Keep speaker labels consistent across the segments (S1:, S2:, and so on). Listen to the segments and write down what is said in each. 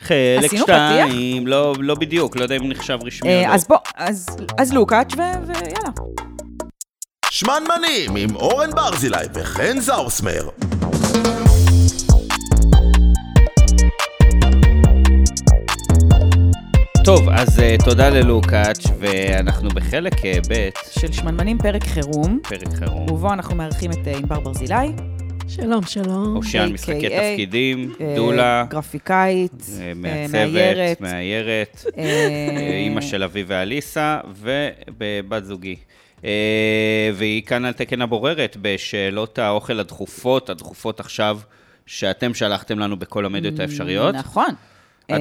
S1: חלק
S2: עשינו
S1: שתיים, לא, לא בדיוק, לא יודע אם נחשב רשמי או
S2: אה,
S1: לא.
S2: אז בוא, אז, אז לוקאץ' ו- ויאללה.
S3: שמנמנים עם אורן ברזילי וחן זאוסמר.
S1: טוב, אז אה, תודה ללוקאץ', ואנחנו בחלק אה, ב',
S2: של שמנמנים פרק חירום,
S1: פרק חירום,
S2: ובו אנחנו מארחים את אה, ענבר ברזילי.
S4: שלום, שלום.
S1: אושיאן משחקי
S2: AKA,
S1: תפקידים,
S2: אוקיי, אה,
S1: דולה,
S2: גרפיקאית,
S1: אה,
S2: אה,
S1: מעצבת,
S2: מאיירת.
S1: מאיירת,
S2: אה,
S1: אימא של אבי ואליסה, ובת זוגי. אה, והיא כאן על תקן הבוררת בשאלות האוכל הדחופות, הדחופות עכשיו, שאתם שלחתם לנו בכל המדיות האפשריות.
S2: נכון. אה,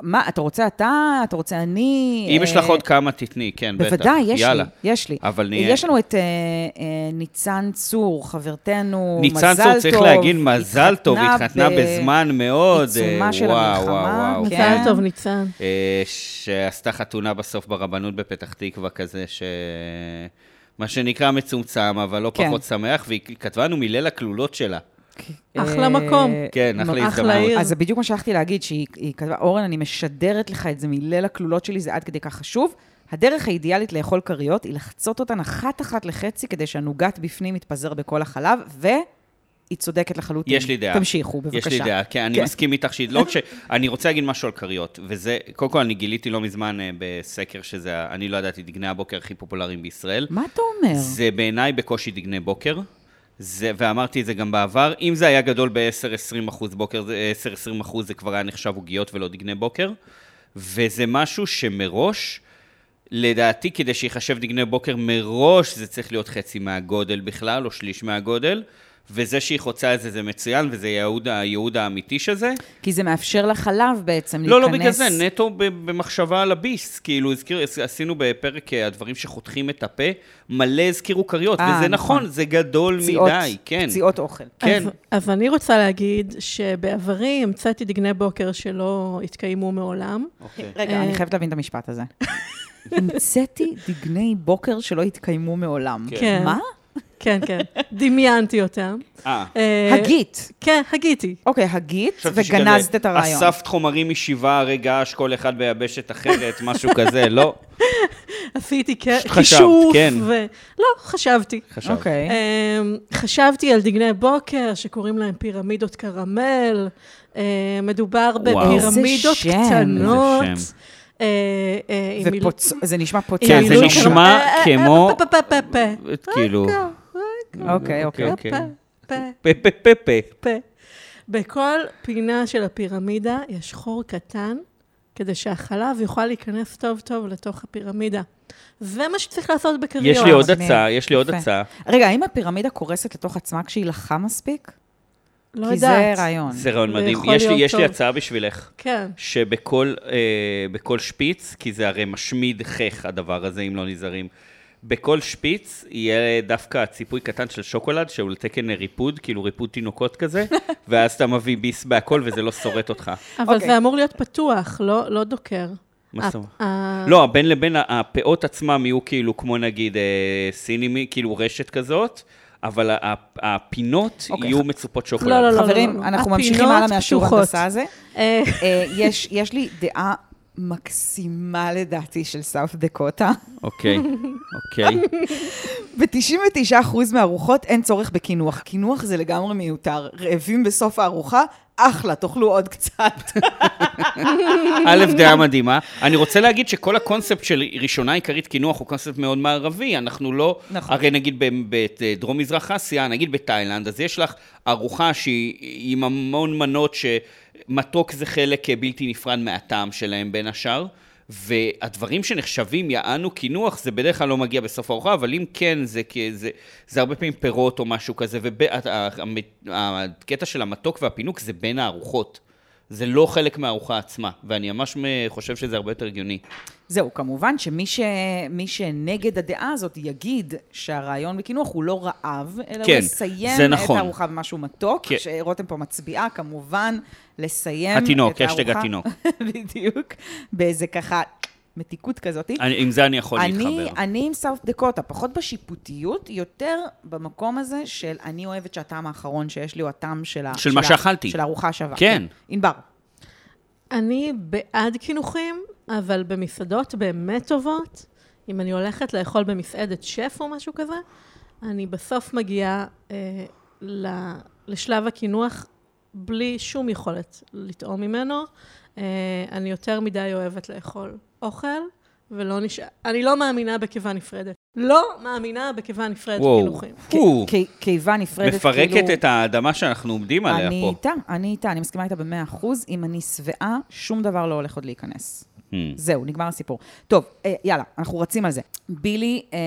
S2: מה, אתה רוצה אתה? אתה רוצה אני?
S1: אם יש
S2: אה,
S1: לך עוד כמה, תתני, כן, בטח.
S2: בוודאי, יש לי,
S1: יאללה.
S2: יש לי.
S1: אבל נהיה...
S2: יש לנו את אה, אה, ניצן צור, חברתנו, מזל טוב.
S1: ניצן צור צריך להגיד מזל טוב, היא התחתנה
S2: ב-
S1: בזמן מאוד.
S2: בעיצומה
S1: אה,
S2: של
S1: וואו,
S2: המלחמה,
S1: וואו, וואו.
S2: כן.
S4: מזל טוב, ניצן.
S1: אה, שעשתה חתונה בסוף ברבנות בפתח תקווה כזה, ש... מה שנקרא מצומצם, אבל לא
S2: כן.
S1: פחות שמח, והיא כתבה לנו מליל הכלולות שלה.
S4: אחלה
S2: אה,
S4: מקום.
S1: כן, אחלה
S4: אחלה
S1: הזדמנות.
S4: עיר.
S2: אז זה בדיוק מה שהלכתי להגיד, שהיא היא כתבה, אורן, אני משדרת לך את זה מליל הכלולות שלי, זה עד כדי כך חשוב. הדרך האידיאלית לאכול כריות היא לחצות אותן אחת-אחת לחצי, כדי שהנוגת בפנים יתפזר בכל החלב, והיא צודקת לחלוטין.
S1: יש לי דעה.
S2: תמשיכו, בבקשה.
S1: יש לי דעה, כן, אני
S2: כן.
S1: מסכים איתך שהיא לא רק ש... אני רוצה להגיד משהו על כריות, וזה, קודם כל אני גיליתי לא מזמן אה, בסקר שזה, ה- אני לא ידעתי, דגני הבוקר הכי פופולריים בישראל.
S2: מה אתה אומר?
S1: זה בעיניי בקושי דגני בוקר, זה, ואמרתי את זה גם בעבר, אם זה היה גדול ב-10-20 אחוז בוקר, 10-20 אחוז זה כבר היה נחשב עוגיות ולא דגני בוקר, וזה משהו שמראש, לדעתי, כדי שייחשב דגני בוקר, מראש זה צריך להיות חצי מהגודל בכלל, או שליש מהגודל. וזה שהיא חוצה את זה, זה מצוין, וזה הייעוד, הייעוד האמיתי של זה.
S2: כי זה מאפשר לחלב בעצם
S1: לא,
S2: להיכנס...
S1: לא בגלל זה, נטו ב- במחשבה על הביס. כאילו, הזכיר, עשינו בפרק אה, הדברים שחותכים את הפה, מלא הזכירו כריות,
S2: אה,
S1: וזה
S2: נכון.
S1: נכון, זה גדול
S2: פציעות-
S1: מדי, כן.
S2: פציעות אוכל.
S1: כן.
S4: אז, אז אני רוצה להגיד שבעברי המצאתי דגני בוקר שלא התקיימו מעולם.
S1: אוקיי.
S2: רגע,
S4: אה.
S2: אני חייבת להבין את המשפט הזה. המצאתי דגני בוקר שלא התקיימו מעולם.
S4: כן.
S2: מה?
S4: כן, כן. דמיינתי אותם.
S1: אה,
S4: אה,
S2: הגית.
S4: כן, הגיתי.
S2: אוקיי, הגית,
S1: חשבתי שכזה
S2: וגנזת את הרעיון.
S1: אספת חומרים משבעה, רגע אש, כל אחד ביבשת אחרת, משהו כזה, לא?
S4: עשיתי כ-
S1: חשבת,
S4: כישוף.
S1: כן.
S4: ו... לא, חשבתי.
S1: חשבתי.
S2: אוקיי.
S4: אמ, חשבתי על דגני בוקר, שקוראים להם פירמידות קרמל. אמ, מדובר בפירמידות
S2: איזה שם.
S4: קטנות.
S1: איזה שם.
S4: אה, אה, עם מיל-
S2: ופוצ- זה נשמע פוצץ.
S1: כן, זה
S4: הילוד
S1: נשמע
S4: קרמל. אה, אה,
S1: כמו-
S4: אה, פה, פה, פה, פה,
S1: את כאילו...
S2: אוקיי, אוקיי.
S4: פה,
S1: כן.
S4: פה,
S1: פה, פה, פה, פה.
S4: פה. בכל פינה של הפירמידה יש חור קטן, כדי שהחלב יוכל להיכנס טוב טוב לתוך הפירמידה. זה מה שצריך לעשות בקריון.
S1: יש לי עוד
S2: מגניב.
S1: הצעה, יש לי עוד
S2: יפה. נכון.
S1: הצעה.
S2: רגע, האם הפירמידה קורסת לתוך עצמה כשהיא לחה מספיק?
S4: לא
S2: כי
S4: יודעת.
S2: זה רעיון.
S1: זה רעיון
S4: זה
S1: מדהים.
S4: יכול
S1: יש לי-
S4: להיות
S1: יש לי
S4: טוב.
S1: הצעה בשבילך.
S4: כן.
S1: שבכל אה, בכל שפיץ, כי זה הרי משמיד חך הדבר הזה, אם לא נזהרים, בכל שפיץ יהיה דווקא ציפוי קטן של שוקולד, שהוא לתקן ריפוד, כאילו ריפוד תינוקות כזה, ואז אתה מביא ביס בהכל וזה לא שורט אותך.
S4: אבל
S2: אוקיי.
S4: זה אמור להיות פתוח, לא לא דוקר.
S1: מה זאת אומרת?
S4: ה-
S1: לא, בין לבין ה- הפאות עצמם יהיו כאילו כמו נגיד אה, סינימי, כאילו רשת כזאת, אבל ה- ה- הפינות
S2: אוקיי.
S1: יהיו מצופות שוקולד.
S4: לא, לא, לא.
S2: חברים, אנחנו ממשיכים
S4: הפינות
S2: הלאה מהשיעור
S4: פתוחות.
S2: הנדסה הזה.
S4: אה,
S2: אה, יש- יש לי דעה מקסימה לדעתי של סאוף דקוטה.
S1: אוקיי, אוקיי.
S2: ב-99% מהארוחות אין צורך בקינוח. קינוח זה לגמרי מיותר. רעבים בסוף הארוחה, אחלה, תאכלו עוד קצת.
S1: א', דעה מדהימה. אני רוצה להגיד שכל הקונספט של ראשונה עיקרית קינוח הוא קונספט מאוד מערבי. אנחנו לא...
S2: נכון.
S1: הרי נגיד בדרום-מזרח אסיה, נגיד בתאילנד, אז יש לך ארוחה שהיא עם המון מנות שמתוק זה חלק בלתי נפרד מהטעם שלהם בין השאר. והדברים שנחשבים יענו קינוח, זה בדרך כלל לא מגיע בסוף הארוחה, אבל אם כן, זה, כ- זה, זה הרבה פעמים פירות או משהו כזה, והקטע של המתוק והפינוק זה בין הארוחות. זה לא חלק מהארוחה עצמה, ואני ממש מ- חושב שזה הרבה יותר הגיוני.
S2: זהו, כמובן שמי ש... מי שנגד הדעה הזאת יגיד שהרעיון בקינוח הוא לא רעב, אלא
S1: כן,
S2: הוא לסיים
S1: זה
S2: את
S1: נכון.
S2: הארוחה במשהו מתוק,
S1: כן.
S2: שרותם פה מצביעה, כמובן, לסיים
S1: התינוק,
S2: את הארוחה...
S1: השטג התינוק.
S2: בדיוק, באיזה ככה מתיקות כזאת.
S1: אני, עם זה אני יכול
S2: אני,
S1: להתחבר.
S2: אני עם סאוף דקוטה, פחות בשיפוטיות, יותר במקום הזה של אני אוהבת שהטעם האחרון שיש לי הוא הטעם של ה...
S1: של מה
S2: ה-
S1: שאכלתי.
S2: של הארוחה השווה.
S1: כן.
S2: ענבר.
S4: אני בעד קינוחים, אבל במסעדות באמת טובות, אם אני הולכת לאכול במסעדת שף או משהו כזה, אני בסוף מגיעה אה, ל- לשלב הקינוח בלי שום יכולת לטעום ממנו. אה, אני יותר מדי אוהבת לאכול אוכל, ולא נשאר... אני לא מאמינה בקיבה נפרדת. לא מאמינה בקיבה נפרדת
S1: וואו,
S4: קינוחים.
S1: הוא
S2: כי- קיבה נפרדת,
S1: מפרקת
S2: כאילו...
S1: את האדמה שאנחנו עומדים עליה
S2: אני
S1: פה.
S2: איתה, אני איתה, אני מסכימה איתה במאה אחוז. אם אני שבעה, שום דבר לא הולך עוד להיכנס.
S1: Hmm.
S2: זהו, נגמר הסיפור. טוב, אה, יאללה, אנחנו רצים על זה. בילי אה,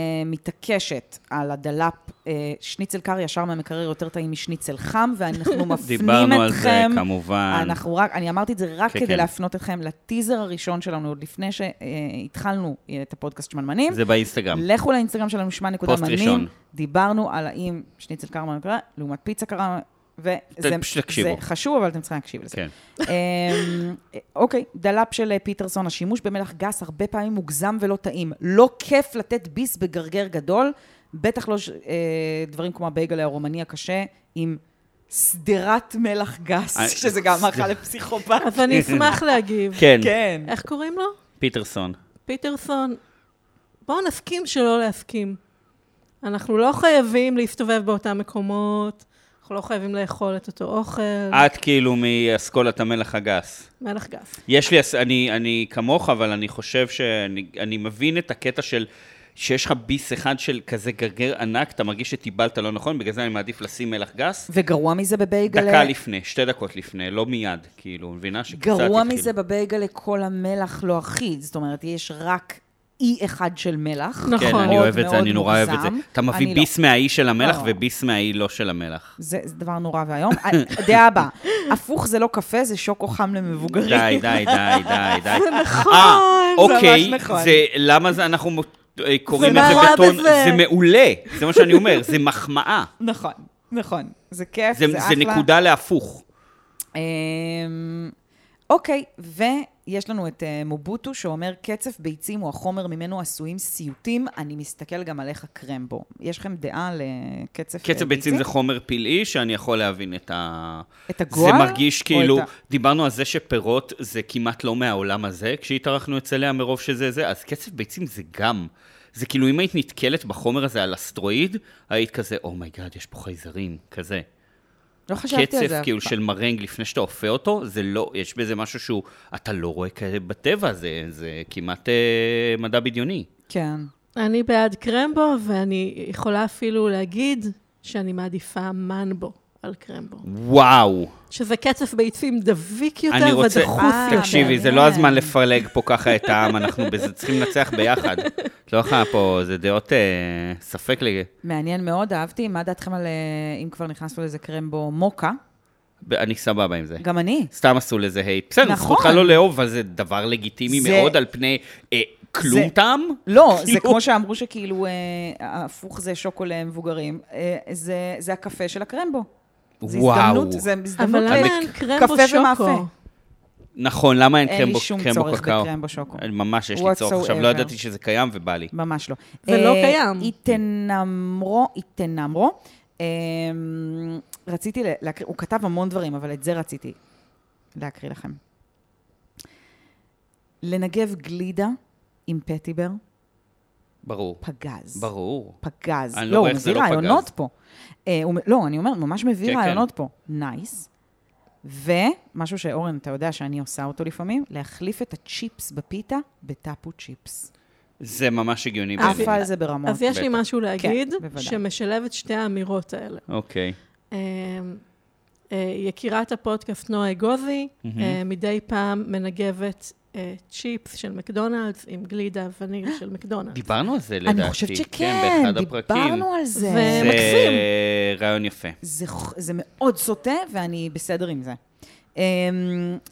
S2: מתעקשת על הדלאפ אה, שניצל קר ישר מהמקרר יותר טעים משניצל חם, ואנחנו מפנים אתכם.
S1: דיברנו על זה, כמובן.
S2: אנחנו רק, אני אמרתי את זה רק
S1: כן,
S2: כדי
S1: כן.
S2: להפנות אתכם לטיזר הראשון שלנו, עוד לפני שהתחלנו אה, את הפודקאסט שמנמנים.
S1: זה באינסטגרם.
S2: לכו לאינסטגרם שלנו, שמע נקודה
S1: פוסט ראשון.
S2: מנים. דיברנו על האם שניצל קר מהמקרר, לעומת פיצה קרה, וזה
S1: פשוט תקשיבו.
S2: זה חשוב, אבל אתם צריכים להקשיב לזה.
S1: כן.
S2: אמ, אוקיי, דלאפ של אה, פיטרסון, השימוש במלח גס הרבה פעמים מוגזם ולא טעים. לא כיף לתת ביס בגרגר גדול, בטח לא ש- אה, דברים כמו הבייגל הרומני הקשה, עם שדרת מלח
S1: אה,
S2: גס, שזה גם מאכל לפסיכופת.
S4: אז אני אשמח להגיב.
S1: כן,
S2: כן.
S4: איך קוראים לו?
S1: פיטרסון.
S4: פיטרסון, בואו נסכים שלא להסכים. אנחנו לא חייבים להסתובב באותם מקומות, אנחנו לא חייבים לאכול את אותו אוכל.
S1: את כאילו מאסכולת המלח הגס.
S4: מלח גס.
S1: יש לי, הס- אני, אני כמוך, אבל אני חושב שאני אני מבין את הקטע של... שיש לך ביס אחד של כזה גרגר ענק, אתה מרגיש שטיבלת לא נכון, בגלל זה אני מעדיף לשים מלח גס.
S2: וגרוע מזה אה, בבייגלה...
S1: דקה לפני, שתי דקות לפני, לא מיד, כאילו, מבינה שקצת
S2: גרוע
S1: התחיל.
S2: מזה בבייגלה כל המלח לא אחיד, זאת אומרת, יש רק אי אחד של מלח.
S4: נכון.
S1: כן, אני
S2: מאוד
S1: אוהב את זה,
S2: מאוד
S1: אני נורא אוהב את זה.
S2: מוגזם.
S1: אתה
S2: אני
S1: מביא
S2: לא.
S1: ביס מהאי של המלח
S2: לא.
S1: וביס מהאי לא של המלח.
S2: זה, זה דבר נורא ואיום. אה, דעה הבאה, הפוך זה לא קפה, זה שוקו חם למבוגרים.
S1: די, די, די, די, די. זה נכון,
S2: זה ממש
S1: אוקיי,
S2: נכון.
S1: זה, למה זה, אנחנו מו- אה, קוראים את
S4: מה
S1: זה
S4: רע
S1: בטון,
S4: בזה?
S1: זה מעולה, זה מה שאני אומר, זה מחמאה.
S2: נכון, נכון. זה כיף,
S1: זה,
S2: זה,
S1: זה,
S2: אחלה.
S1: נקודה להפוך.
S2: אמ, אוקיי, ויש לנו את אה, מובוטו שאומר, קצף ביצים הוא החומר ממנו עשויים סיוטים, אני מסתכל גם על איך הקרמבו. יש לכם דעה לקצף אה,
S1: קצב ביצים זה חומר פלאי שאני יכול להבין את ה...
S2: את הגועל?
S1: זה מרגיש
S2: או
S1: כאילו,
S2: את ה-
S1: דיברנו על זה שפירות זה כמעט לא מהעולם הזה, כשהתארחנו אצל לאה מרוב שזה זה, אז קצב ביצים זה גם. זה כאילו, אם היית נתקלת בחומר הזה על אסטרואיד, היית כזה, אומייגאד, יש פה חייזרים, כזה.
S2: לא חשבתי על זה.
S1: קצב
S2: אף
S1: כאילו
S2: פעם.
S1: של מרנג לפני שאתה אופה אותו, זה לא, יש בזה משהו שהוא, אתה לא רואה כאלה בטבע, זה, זה כמעט אה, מדע בדיוני.
S2: כן.
S4: אני בעד קרמבו, ואני יכולה אפילו להגיד שאני מעדיפה מנבו על קרמבו.
S1: וואו.
S4: שזה קצף ביצים דביק יותר
S1: אני רוצה,
S4: ודחוס
S2: אה,
S4: יותר.
S1: תקשיבי, זה
S2: מעניין.
S1: לא הזמן לפלג פה ככה את העם, אנחנו בזה צריכים לנצח ביחד. את לא יכולה פה, זה דעות אה, ספק לי.
S2: מעניין מאוד, אהבתי. מה דעתכם על, אה, אם כבר נכנסנו לזה קרמבו, מוקה?
S1: אני סבבה עם זה.
S2: גם אני.
S1: סתם עשו לזה הייט. בסדר,
S2: נכון.
S1: זכותך לא לאהוב, אבל זה דבר לגיטימי
S2: זה-
S1: מאוד על פני אה, כלום
S2: זה-
S1: טעם.
S2: לא, זה
S1: כאילו-
S2: כמו שאמרו שכאילו, אה, הפוך זה שוקו למבוגרים, אה, זה, זה הקפה של הקרמבו. זה
S1: וואו.
S2: הזדמנות, זה הזדמנות.
S4: אבל לא למה
S1: אני-
S4: אין קרמבו
S2: קפה
S4: שוקו?
S2: ומאפה.
S1: נכון, למה אין
S2: אין לי
S1: קרמבו
S2: שום
S1: קרמבו
S2: צורך
S1: קקאו?
S2: בקרמבו שוקו.
S1: אני- ממש יש לי
S2: Whatsoever.
S1: צורך עכשיו, לא ידעתי שזה קיים ובא לי.
S2: ממש לא.
S4: זה לא
S2: אה,
S4: קיים.
S2: איתנמרו, איתנמרו. אה, רציתי ל- להקריא, הוא כתב המון דברים, אבל את זה רציתי להקריא לכם. לנגב גלידה עם פטיבר,
S1: ברור.
S2: פגז.
S1: ברור.
S2: פגז.
S1: אני לא
S2: לא, הוא
S1: רואה איך זה
S2: מביא
S1: לא פגז.
S2: רעיונות פה. אה, הוא מ- לא, אני אומרת, ממש
S1: כן,
S2: מביא
S1: כן.
S2: רעיונות פה. נייס. ומשהו שאורן, אתה יודע שאני עושה אותו לפעמים, להחליף את הצ'יפס בפיתה בטאפו צ'יפס.
S1: זה ממש הגיוני
S4: אז-
S2: עפה
S1: בעיניי.
S2: על זה ברמות.
S4: אז יש לי
S1: בטח.
S4: משהו להגיד,
S2: כן, בוודאי.
S4: שמשלב את שתי האמירות האלה.
S1: אוקיי.
S4: אמ, אה, יקירת הפודקאסט נועה אגוזי, אה, מדי פעם מנגבת אה, צ'יפס של מקדונלדס עם גלידה וניל של מקדונלדס.
S1: דיברנו על זה לדעתי.
S2: אני חושבת
S1: כן,
S2: שכן,
S1: באחד הפרקים.
S2: דיברנו על זה.
S4: ו-
S1: זה
S4: מקסים.
S1: רעיון יפה.
S2: זה, ח- זה מאוד סוטה, ואני בסדר עם זה. אמ,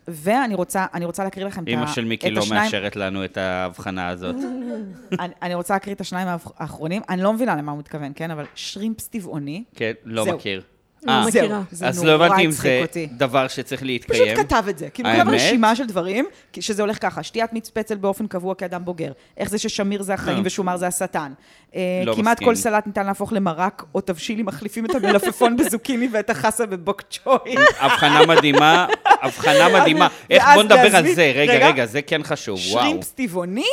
S2: ואני רוצה, אני רוצה להקריא לכם את ה-
S1: אימא של מיקי
S2: את
S1: לא
S2: השניים-
S1: מאשרת לנו את ההבחנה הזאת.
S2: אני- אני רוצה להקריא את השניים האח- האחרונים. אני לא מבינה למה הוא מתכוון, כן? אבל שרימפס טבעוני.
S1: כן, לא
S2: זהו.
S1: מכיר.
S4: לא
S1: אה,
S4: מכירה.
S2: זהו, זה
S1: אז לא
S2: נורא
S1: הבנתי אם
S2: הצחיק
S1: זה
S2: אותי.
S1: דבר שצריך
S2: פשוט
S1: להתקיים.
S2: כתב את זה, כאילו
S1: האמת?
S2: כתב רשימה של דברים, כי- שזה הולך ככה, שתיית מיץ פצל באופן קבוע כאדם בוגר, איך זה ששמיר זה החיים
S1: אה.
S2: ושומר זה השטן. אה,
S1: לא
S2: כמעט
S1: מסכים.
S2: כל סלט ניתן להפוך למרק או תבשיל אם מחליפים את המלפפון בזוקיני ואת החסה בבוק צ'וי.
S1: הבחנה מדהימה, הבחנה מדהימה. איך,
S2: ואז
S1: בוא נדבר על
S2: להזמין-
S1: זה. רגע,
S2: רגע.
S1: רגע, זה כן חשוב, וואו.
S2: שרימפס טבעוני?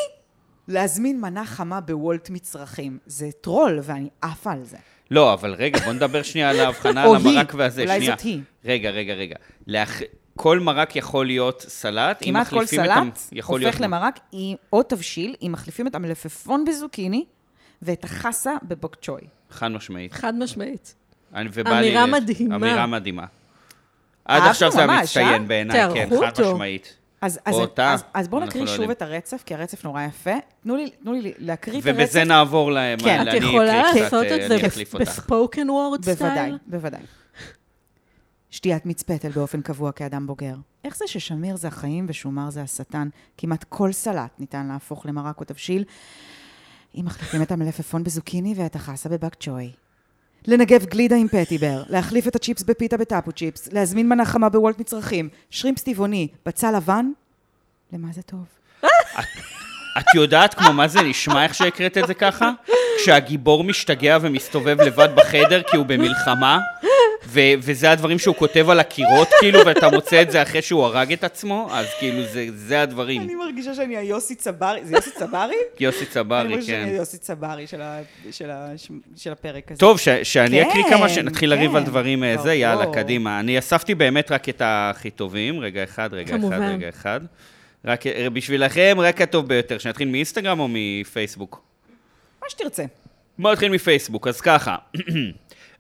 S2: להזמין מנה חמה בוולט מצרכים. זה טרול, ואני עפה על זה.
S1: לא, אבל רגע, בוא נדבר שנייה על ההבחנה,
S2: או
S1: על
S2: היא.
S1: המרק והזה.
S2: אולי
S1: שנייה.
S2: זאת היא.
S1: רגע, רגע, רגע. לאח- כל מרק יכול להיות סלט, אם
S2: כמעט כל
S1: מחליפים את המ-
S2: סלט
S1: יכול להיות-
S2: הופך למרק עם- או תבשיל, אם מחליפים את המלפפון בזוקיני ואת החסה בבוק צ'וי.
S1: חד משמעית.
S4: חד משמעית.
S1: אני- ובא לי-
S4: אמירה מדהימה.
S1: אמירה מדהימה. עד
S2: אהבנו
S1: עכשיו זה
S2: ממש, אה?
S1: המצטיין בעיניי, כן,
S4: תערכו
S1: חד
S4: אותו.
S1: משמעית.
S2: אז, אז,
S1: אותה,
S2: אז, אז בואו
S1: אנחנו
S2: נקריא
S1: לא
S2: שוב
S1: יודעים.
S2: את הרצף, כי הרצף נורא יפה. תנו לי, תנו לי להקריא את הרצף.
S1: ובזה נעבור להם.
S2: כן.
S1: אני
S4: את
S1: אקריא
S4: יכולה
S1: קצת,
S4: לעשות
S1: אה,
S4: את זה
S1: אני אחליף אותך.
S4: בספוקן וורד סטייל?
S2: בוודאי, בוודאי. שתיית מצפתל באופן קבוע כאדם בוגר. איך זה ששמיר זה החיים ושומר זה השטן? כמעט כל סלט ניתן להפוך למרק או תבשיל, אם מחליפים את המלפפון בזוקיני ואת החסה בבק צ'וי. לנגב גלידה עם פטיבר, להחליף את הצ'יפס בפיתה בטאפו צ'יפס, להזמין מנה חמה בוולט מצרכים, שרימפס טבעוני, בצל לבן, למה זה טוב?
S1: את יודעת כמו מה זה נשמע איך שהקראת את זה ככה? כשהגיבור משתגע ומסתובב לבד בחדר כי הוא במלחמה, ו- וזה הדברים שהוא כותב על הקירות, כאילו, ואתה מוצא את זה אחרי שהוא הרג את עצמו, אז כאילו, זה, זה הדברים.
S2: מרגישה שאני היוסי צברי, זה יוסי צברי?
S1: יוסי צברי, כן.
S2: יוסי צברי של הפרק הזה.
S1: טוב, ש- שאני אקריא
S2: כן,
S1: כמה שנתחיל לריב
S2: כן.
S1: על דברים אה, זה,
S2: ברור.
S1: יאללה, קדימה. אני אספתי באמת רק את הכי טובים, רגע אחד, רגע אחד,
S4: כמובן.
S1: רגע אחד. רק אה, בשבילכם, רק הטוב ביותר. שנתחיל מאינסטגרם או מפייסבוק?
S2: מה שתרצה.
S1: בוא נתחיל מפייסבוק, אז ככה.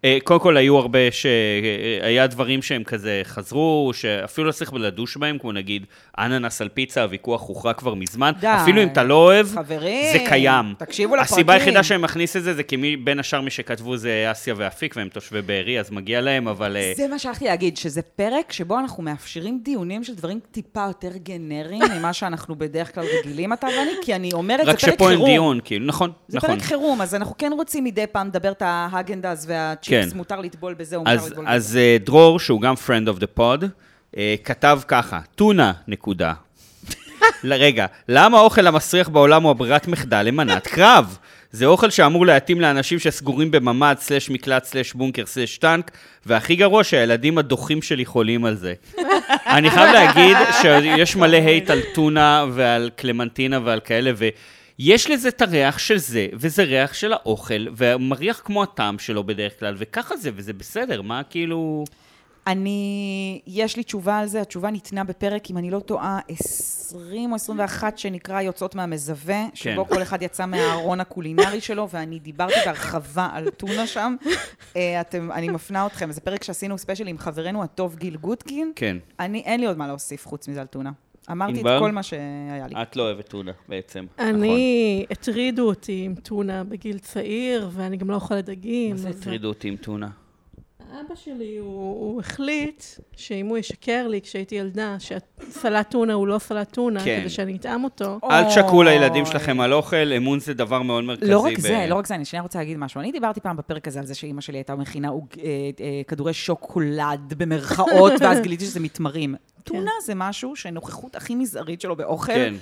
S1: אה, קודם כל היו הרבה ש... אה, היה דברים שהם כזה חזרו, שאפילו לא צריך לדוש בהם, כמו נגיד אננס על פיצה, הוויכוח הוכרע כבר מזמן.
S2: די.
S1: אפילו אם אתה לא אוהב,
S2: חברים,
S1: זה קיים.
S2: תקשיבו לפרקים.
S1: הסיבה היחידה שאני מכניס את זה, זה כי מי, בין השאר מי שכתבו זה אסיה ואפיק, והם תושבי בארי, אז מגיע להם, אבל... אה,
S2: זה מה שהלכתי להגיד, שזה פרק שבו אנחנו מאפשרים דיונים של דברים טיפה יותר גנריים ממה שאנחנו בדרך כלל רגילים, אתה ואני, כי אני אומרת, זה
S1: רק
S2: פרק
S1: שפה
S2: חירום.
S1: אין דיון, כאילו, נכון,
S2: זה
S1: נכון.
S2: פרק חירום, אז אנחנו כן רוצים מדי פעם לדבר את ההגנדז והצ'יפס,
S1: כן.
S2: מותר לטבול בזה ומותר
S1: אז,
S2: לטבול בזה.
S1: אז אה, דרור, שהוא גם friend of the pod, אה, כתב ככה, טונה, נקודה. ל- רגע, למה האוכל המסריח בעולם הוא הברירת מחדל למנת קרב? זה אוכל שאמור להתאים לאנשים שסגורים בממ"ד, סלש מקלט, סלש בונקר, סלש טנק, והכי גרוע שהילדים הדוחים שלי חולים על זה. אני חייב להגיד שיש מלא הייט על טונה ועל קלמנטינה ועל כאלה, ויש לזה את הריח של זה, וזה ריח של האוכל, ומריח כמו הטעם שלו בדרך כלל, וככה זה, וזה בסדר, מה כאילו...
S2: אני, יש לי תשובה על זה, התשובה ניתנה בפרק, אם אני לא טועה, 20 או 21, שנקרא יוצאות מהמזווה, שבו כל אחד יצא מהארון הקולינרי שלו, ואני דיברתי בהרחבה על טונה שם. אה, אתם, אני מפנה אתכם, זה פרק שעשינו ספיישל עם חברנו הטוב גיל גוטקין.
S1: כן.
S2: אני, אין לי עוד מה להוסיף חוץ מזה על טונה. אמרתי את
S1: ענבל?
S2: כל מה שהיה לי.
S1: את לא אוהבת טונה בעצם, נכון.
S4: אני, הטרידו אותי עם טונה בגיל צעיר, ואני גם לא אוכלת דגים.
S1: מה זה
S4: אז-
S1: הטרידו אותי עם טונה?
S4: אבא שלי, הוא, הוא החליט שאם הוא ישקר לי כשהייתי ילדה, שסלט טונה הוא לא סלט טונה,
S1: כן.
S4: כדי שאני אטעם אותו.
S1: אל תשקרו
S2: אוי.
S1: לילדים שלכם על אוכל, אמון זה דבר מאוד מרכזי.
S2: לא רק
S1: ב-
S2: זה, לא רק זה, אני שנייה רוצה להגיד משהו. אני דיברתי פעם בפרק הזה על זה שאימא שלי הייתה מכינה עוג- אה, אה, כדורי שוקולד במרכאות, ואז גיליתי שזה מתמרים. טונה זה משהו שהנוכחות הכי מזערית שלו באוכל,
S1: כן.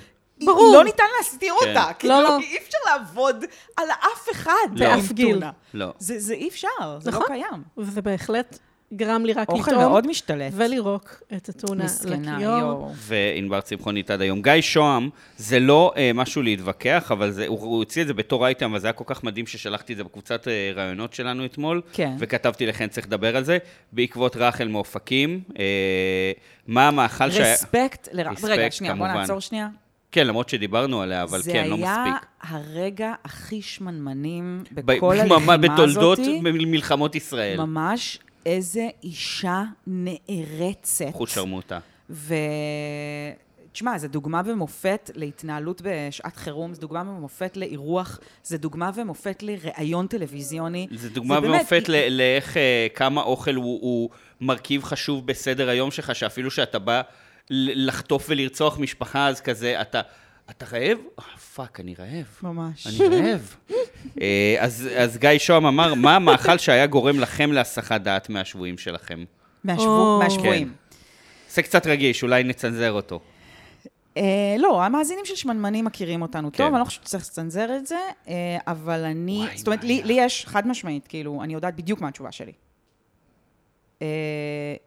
S2: ברור. לא ניתן להסתיר
S1: כן.
S2: אותה.
S4: לא,
S2: כאילו,
S4: לא.
S2: אי אפשר לעבוד על אף אחד
S1: לא.
S2: עם
S4: באף גיל.
S2: טונה.
S1: לא.
S2: זה זה אי אפשר, זה לא
S4: נכון.
S2: קיים.
S4: וזה בהחלט גרם לי רק
S2: אוכל
S4: לטעום
S2: מאוד משתלט.
S4: ולירוק את הטונה
S2: מסכנה,
S4: לכיור.
S2: יואו.
S1: וענבר צמחונית עד היום. גיא שוהם, זה לא אה, משהו להתווכח, אבל זה, הוא, הוא הוציא את זה בתור אייטם, וזה היה כל כך מדהים ששלחתי את זה בקבוצת אה, רעיונות שלנו אתמול,
S2: כן.
S1: וכתבתי לכן, צריך לדבר על זה, בעקבות רחל מאופקים. אה, מה המאכל שהיה...
S2: רספקט לרחל. רגע,
S1: רספקט,
S2: שנייה, בוא
S1: כמובן.
S2: נעצור שנייה.
S1: כן, למרות שדיברנו עליה, אבל כן, לא מספיק.
S2: זה היה הרגע הכי שמנמנים
S1: ב-
S2: בכל
S1: ממש
S2: הלחימה הזאת.
S1: בתולדות מ- מלחמות ישראל.
S2: ממש איזה אישה נערצת.
S1: חוץ שרמוטה.
S2: ו... תשמע, זו דוגמה ומופת להתנהלות בשעת חירום, זו דוגמה ומופת לאירוח, זו דוגמה ומופת לראיון טלוויזיוני.
S1: זו דוגמה
S2: באמת-
S1: ומופת ל- לאיך, אה, כמה אוכל הוא, הוא מרכיב חשוב בסדר היום שלך, שאפילו שאתה בא ל- לחטוף ולרצוח משפחה, אז כזה, אתה, אתה רעב? אה, פאק, אני רעב.
S2: ממש.
S1: אני רעב. אה, אז, אז גיא שוהם אמר, מה המאכל שהיה גורם לכם להסחת דעת מהשבויים שלכם?
S2: מהשבוע-
S4: או.
S1: כן.
S2: מהשבועים.
S1: זה קצת רגיש, אולי נצנזר אותו.
S2: אה, לא, המאזינים של שמנמנים מכירים אותנו
S1: כן.
S2: טוב, אני לא חושבת שצריך לצנזר את זה, אה, אבל אני...
S1: וואי,
S2: זאת אומרת,
S1: מה
S2: לי
S1: היה?
S2: לי יש, חד משמעית, כאילו, אני יודעת בדיוק מה התשובה שלי. אה,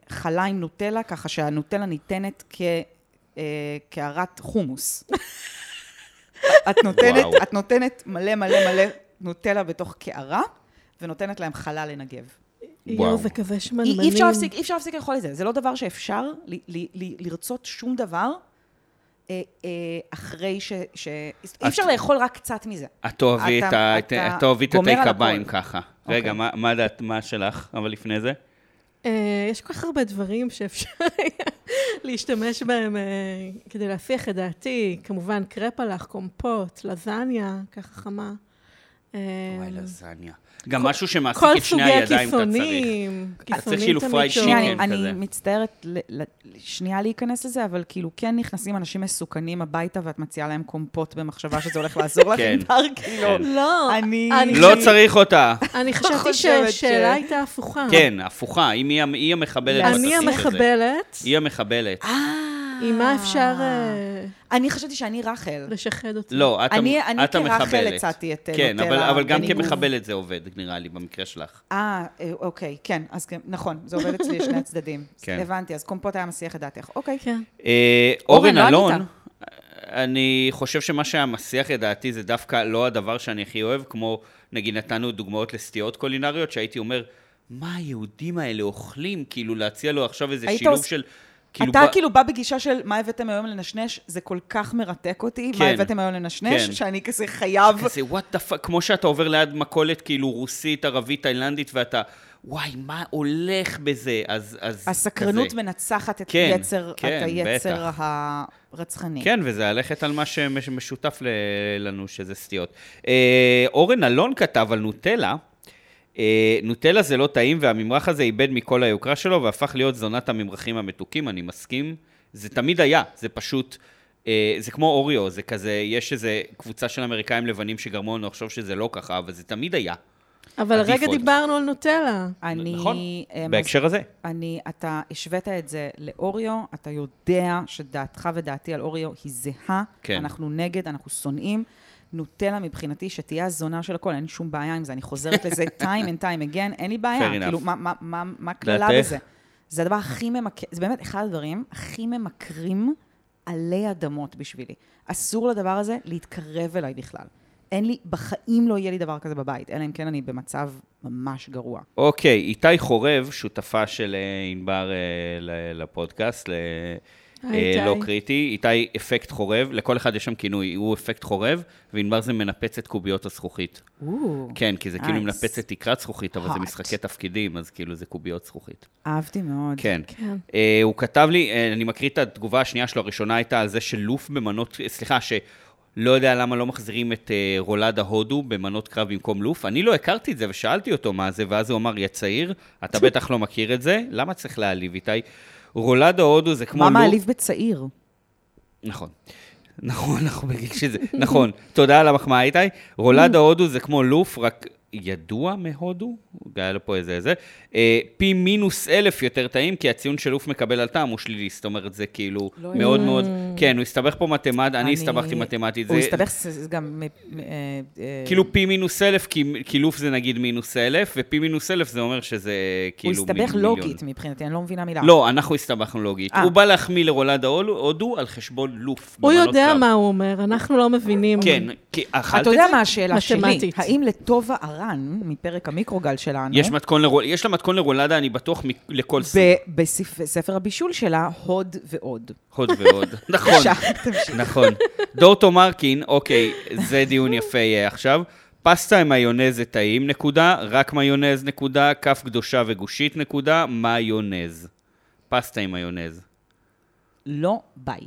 S2: חלה עם נוטלה, ככה שהנוטלה ניתנת כ... אה, קערת חומוס. את נותנת,
S1: וואו.
S2: את נותנת מלא מלא מלא נוטלה בתוך קערה, ונותנת להם חלה לנגב.
S1: וואו.
S4: יואו, זה כזה שמנמנים.
S2: אי אי אפשר להפסיק, אי אפשר להפסיק לאכול את זה. זה לא דבר שאפשר ל- ל- ל- לרצות שום דבר אה, אה, אחרי ש... ש- אי אפשר לאכול רק קצת מזה.
S1: את תאהבי את
S2: אתה-
S1: ה- את
S2: אתה
S1: את תאהבי את
S2: גומר
S1: התה
S2: על
S1: קביים
S2: הכל.
S1: ככה.
S2: אוקיי. אמ,
S1: רגע, מה- מה דעת- מה שלך? אבל לפני זה?
S4: אה, יש כל כך הרבה דברים שאפשר היה להשתמש בהם אה, כדי להפיח את דעתי. כמובן, קרפ עלך, קומפוט, לזניה, ככה חמה. אה,
S1: וואי, לזניה. גם משהו שמעסיק
S4: כל
S1: את שני
S4: סוגי
S1: הידיים אתה צריך.
S4: הכיסונים.
S1: צריך
S4: כיסונים
S1: כאילו
S4: תמיד
S1: fried
S4: טוב.
S2: שנייה, אני,
S1: כן, כזה.
S2: אני מצטערת ל, ל, שנייה להיכנס לזה, אבל כאילו כן נכנסים אנשים מסוכנים הביתה ואת מציעה להם קומפוט במחשבה שזה הולך לעזור לך,
S1: כן.
S2: ענבר, כאילו.
S1: כן.
S4: לא,
S2: אני-
S4: אני
S1: לא
S4: חשבתי-
S1: צריך אותה.
S4: אני חשבתי
S2: חושבת
S4: שהשאלה
S2: ש-
S4: הייתה הפוכה.
S1: כן, הפוכה, היא מי- היא המחבלת
S2: אני אה,
S1: בתסריט
S4: אני
S1: הזה.
S4: המחבלת,
S1: היא המחבלת.
S4: עם מה אפשר אה,
S2: אני חשבתי שאני רחל.
S4: לשחד אותי?
S1: לא, את, המ-
S2: אני- אני
S1: את המחבלת.
S2: כרחל הצעתי את, אה,
S1: כן, אבל,
S2: נוטלה
S1: אבל גם
S2: בניגוב.
S1: כמחבלת זה עובד, נראה לי, במקרה שלך.
S2: אה, אה, אוקיי, כן, אז כן, נכון, זה עובד אצלי לשני הצדדים.
S1: כן.
S2: הבנתי, אז קומפוט היה מסיח את דעתך. אוקיי.
S4: כן.
S1: אה,
S2: אורן,
S1: אורן
S2: לא
S1: אלון,
S2: ענית.
S1: אני חושב שמה שהיה מסיח את דעתי זה דווקא לא הדבר שאני הכי אוהב, כמו נגיד נתנו דוגמאות לסטיות קולינריות, שהייתי אומר, מה היהודים האלה אוכלים? כאילו להציע לו עכשיו איזה
S2: היית
S1: שילוב
S2: עוש-
S1: של...
S2: אתה
S1: ב-
S2: כאילו בא בגישה של מה הבאתם היום לנשנש, זה כל כך מרתק אותי,
S1: כן.
S2: מה הבאתם היום לנשנש,
S1: כן.
S2: שאני כזה חייב...
S1: כזה, וואט דה פאק, כמו שאתה עובר ליד מכולת כאילו רוסית, ערבית, תאילנדית, ואתה, וואי, מה הולך בזה? אז... אז
S2: הסקרנות
S1: כזה.
S2: מנצחת את
S1: כן,
S2: יצר,
S1: כן,
S2: את היצר
S1: בטח.
S2: הרצחני.
S1: כן, וזה הלכת על מה שמש- משותף ל- לנו, שזה סטיות. אה, אורן אלון כתב על נוטלה, אה, נוטלה זה לא טעים, והממרח הזה איבד מכל היוקרה שלו, והפך להיות זונת הממרחים המתוקים, אני מסכים. זה תמיד היה, זה פשוט... אה, זה כמו אוריו, זה כזה, יש איזו קבוצה של אמריקאים לבנים שגרמו לנו לחשוב שזה לא ככה, אבל זה תמיד היה.
S4: אבל רגע
S1: הדיפולט.
S4: דיברנו על נוטלה.
S2: אני,
S1: נכון,
S2: אה,
S1: בהקשר הזה.
S2: אני, אתה השווית את זה לאוריו, אתה יודע שדעתך ודעתי על אוריו היא זהה.
S1: כן.
S2: אנחנו נגד, אנחנו שונאים. נוטלה מבחינתי שתהיה הזונה של הכל, אין לי שום בעיה עם זה, אני חוזרת לזה time and time again, אין לי בעיה.
S1: Fair enough.
S2: כאילו, מה- מה- מה מה קללה
S1: דעתך?
S2: בזה? זה הדבר הכי ממכר, זה באמת אחד הדברים הכי ממכרים עלי אדמות בשבילי. אסור לדבר הזה להתקרב אליי בכלל. אין לי, בחיים לא יהיה לי דבר כזה בבית, אלא אם כן אני במצב ממש גרוע.
S1: אוקיי, איתי חורב, שותפה של אה, ענבר אה, ל- לפודקאסט, ל-
S4: היי,
S1: אה, לא
S4: איתי.
S1: קריטי, איתי אפקט חורב, לכל אחד יש שם כינוי, הוא אפקט חורב, וענבר זה מנפצת קוביות הזכוכית.
S2: אוו.
S1: כן, כי זה כאילו
S2: Nice.
S1: מנפצת תקרת זכוכית, אבל זה
S2: Hot.
S1: משחקי תפקידים, אז כאילו זה קוביות זכוכית.
S2: אהבתי מאוד.
S1: כן.
S4: כן.
S1: אה, הוא כתב לי, אה, אני מקריא את התגובה השנייה שלו, הראשונה הייתה על זה שלוף במנות, אה, סליחה, שלא יודע למה לא מחזירים את אה, רולד ההודו במנות קרב במקום לוף. אני לא הכרתי את זה ושאלתי אותו מה זה, ואז הוא אמר, יא צעיר, אתה בטח לא מכיר את זה, למה צריך להעליב איתי? רולד ההודו זה כמו
S2: מה
S1: לוף...
S2: מעליב בצעיר?
S1: נכון. נכון, אנחנו בגיל שזה. נכון, תודה על המחמאה איתי. רולד ההודו זה כמו לוף, רק ידוע מהודו? היה לו פה איזה איזה. אה, פי מינוס אלף יותר טעים, כי הציון של לוף מקבל על טעם הוא שלילי. זאת אומרת, זה כאילו
S2: לא
S1: מאוד
S2: יודע.
S1: מאוד... כן, הוא הסתבך פה מתמטית, אני הסתבכתי מתמטית.
S2: הוא
S1: זה-
S2: הסתבך זה- זה גם... מ- מ- אה, אה,
S1: כאילו פי מינוס אלף, כי- כי לוף זה נגיד מינוס אלף, ופי מינוס אלף זה אומר שזה
S2: הוא
S1: כאילו... מ-
S2: הסתבך
S1: מיליון.
S2: לוגית מבחינתי, אני לא מבינה מילה.
S1: לא, אנחנו הסתבכנו לוגית.
S2: אה.
S1: הוא בא להחמיא לרולד ההודו על חשבון לוף.
S4: הוא
S1: במנות
S4: יודע
S1: קרב.
S4: מה הוא אומר, אנחנו לא מבינים.
S1: לא כן, כי אכלת את
S2: אתה
S1: זה?
S2: יודע מה השאלה שלי?
S4: מתמטית.
S2: האם לטובה ארן, מפרק המיקרוגל שלנו,
S1: יש מתכון לרול... יש לה מתכון לרולדה, אני בטוח, מ- לכל סוג.
S2: ב- בספר הבישול שלה, הוד ועוד.
S1: הוד ועוד. נכון,
S2: עכשיו, תמשיך.
S1: נכון. דורטו מרקין, אוקיי, זה דיון יפה יהיה עכשיו. פסטה עם מיונז זה טעים, נקודה. רק מיונז, נקודה. כף קדושה וגושית, נקודה. מיונז. פסטה עם מיונז.
S2: לא, ביי.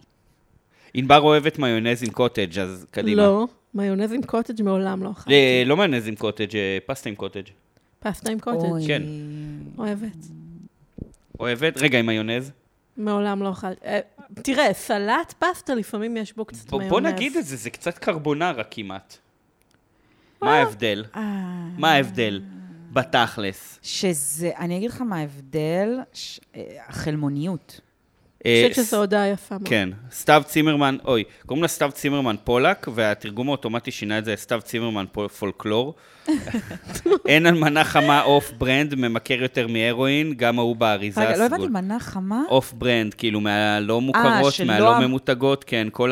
S1: ענבר אוהבת מיונז עם קוטג', אז קדימה.
S4: לא, מיונז עם קוטג' מעולם לא אכלתי.
S1: אה, לא מיונז עם קוטג', אה, פסטה עם קוטג'.
S4: פסטה עם קוטג'.
S2: אוי.
S1: כן.
S4: אוהבת.
S1: אוהבת? רגע, עם מיונז.
S4: מעולם לא אכלתי. אה, תראה, סלט פסטה לפעמים יש בו קצת
S1: בוא
S4: מיונז.
S1: בוא נגיד את זה, זה קצת קרבונרה כמעט. מה ההבדל?
S2: אה,
S1: מה ההבדל? בתכלס.
S2: שזה, אני אגיד לך מה ההבדל, ש- אה, החלמוניות.
S1: אה,
S4: חושבת שזו הודעה יפה מאוד.
S1: כן, סתיו צימרמן, אוי, קוראים לה סתיו צימרמן פולק, והתרגום האוטומטי שינה את זה לסתיו צימרמן פול- פולקלור. אין על מנה חמה אוף ברנד, ממכר יותר מהרואין, גם ההוא באריזה
S2: רגע, לא
S1: הסגול.
S2: הבנתי, אה, מנה חמה?
S1: אוף ברנד, כאילו, מהלא מוכרות,
S2: שלא
S1: מהלא
S2: המ-
S1: ממותגות, כן, כל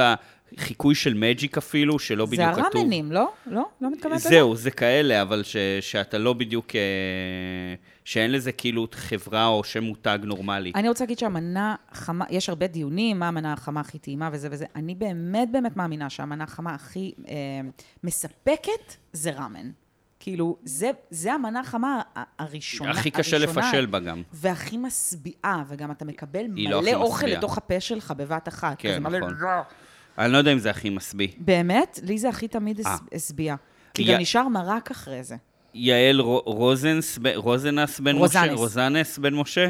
S1: החיקוי של מג'יק אפילו, שלא
S2: זה
S1: בדיוק כתוב.
S2: הרמנים, לא? לא? לא מתכוונת לזה?
S1: זהו, זה כאלה, אבל ש, שאתה לא בדיוק, אה, שאין לזה כאילו חברה או שם מותג נורמלי.
S2: אני רוצה להגיד שהמנה חמה, יש הרבה דיונים, מה המנה החמה הכי טעימה וזה וזה. אני באמת באמת מאמינה שהמנה החמה הכי אה, מספקת זה ראמן. כאילו, זה, זה המנה החמה ה- הראשונה.
S1: הכי קשה
S2: הראשונה,
S1: לפשל בה גם.
S2: והכי משביעה, וגם אתה מקבל
S1: היא לא
S2: מלא
S1: הכי
S2: אוכל
S1: משביעה.
S2: לתוך הפה שלך בבת אחת.
S1: כן,
S2: כזה מלא-
S1: נכון. אני לא יודע אם זה הכי משביע.
S2: באמת, לי זה הכי תמיד הס-
S1: אה.
S2: השביע.
S1: יא-
S2: כי גם נשאר מרק אחרי זה.
S1: יעל רו- רוזנס, ב- רוזנס בן
S2: רוזנס.
S1: משה, רוזנס בן משה,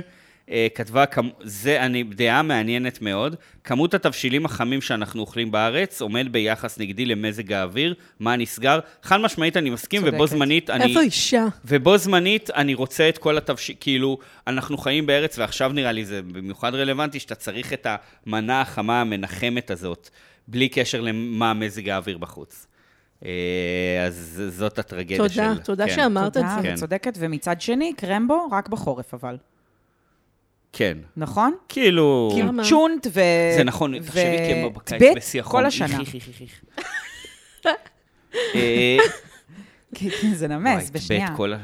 S1: אה, כתבה, כמ- זה אני, דעה מעניינת מאוד, כמות התבשילים החמים שאנחנו אוכלים בארץ עומד ביחס נגדי למזג האוויר, מה נסגר? חד משמעית אני מסכים, ובו
S2: צודקת.
S1: זמנית אני...
S4: איפה אישה?
S1: ובו זמנית אני רוצה את כל התבשיל, כאילו, אנחנו חיים בארץ, ועכשיו נראה לי זה במיוחד רלוונטי, שאתה צריך את המנה החמה המנחמת הזאת, בלי קשר למה מזג האוויר בחוץ. אה, אז זאת הטרגדיה של...
S4: תודה, תודה שאמרת את
S2: תודה,
S4: זה.
S1: כן.
S2: את צודקת. ומצד שני, קרמבו רק בחורף אבל,
S1: כן.
S2: נכון?
S1: כאילו...
S4: כאילו- למה?
S2: צ'ונט ו...
S1: זה נכון, תחשבי כמו בקיץ
S2: וטבט
S1: בשיא החום.
S2: כל השנה.
S1: איך, איך, איך, איך. אה,
S2: כי- כי כן, זה
S1: וואי,
S2: נמס,
S1: טבט,
S2: בשנייה.
S1: כל ה-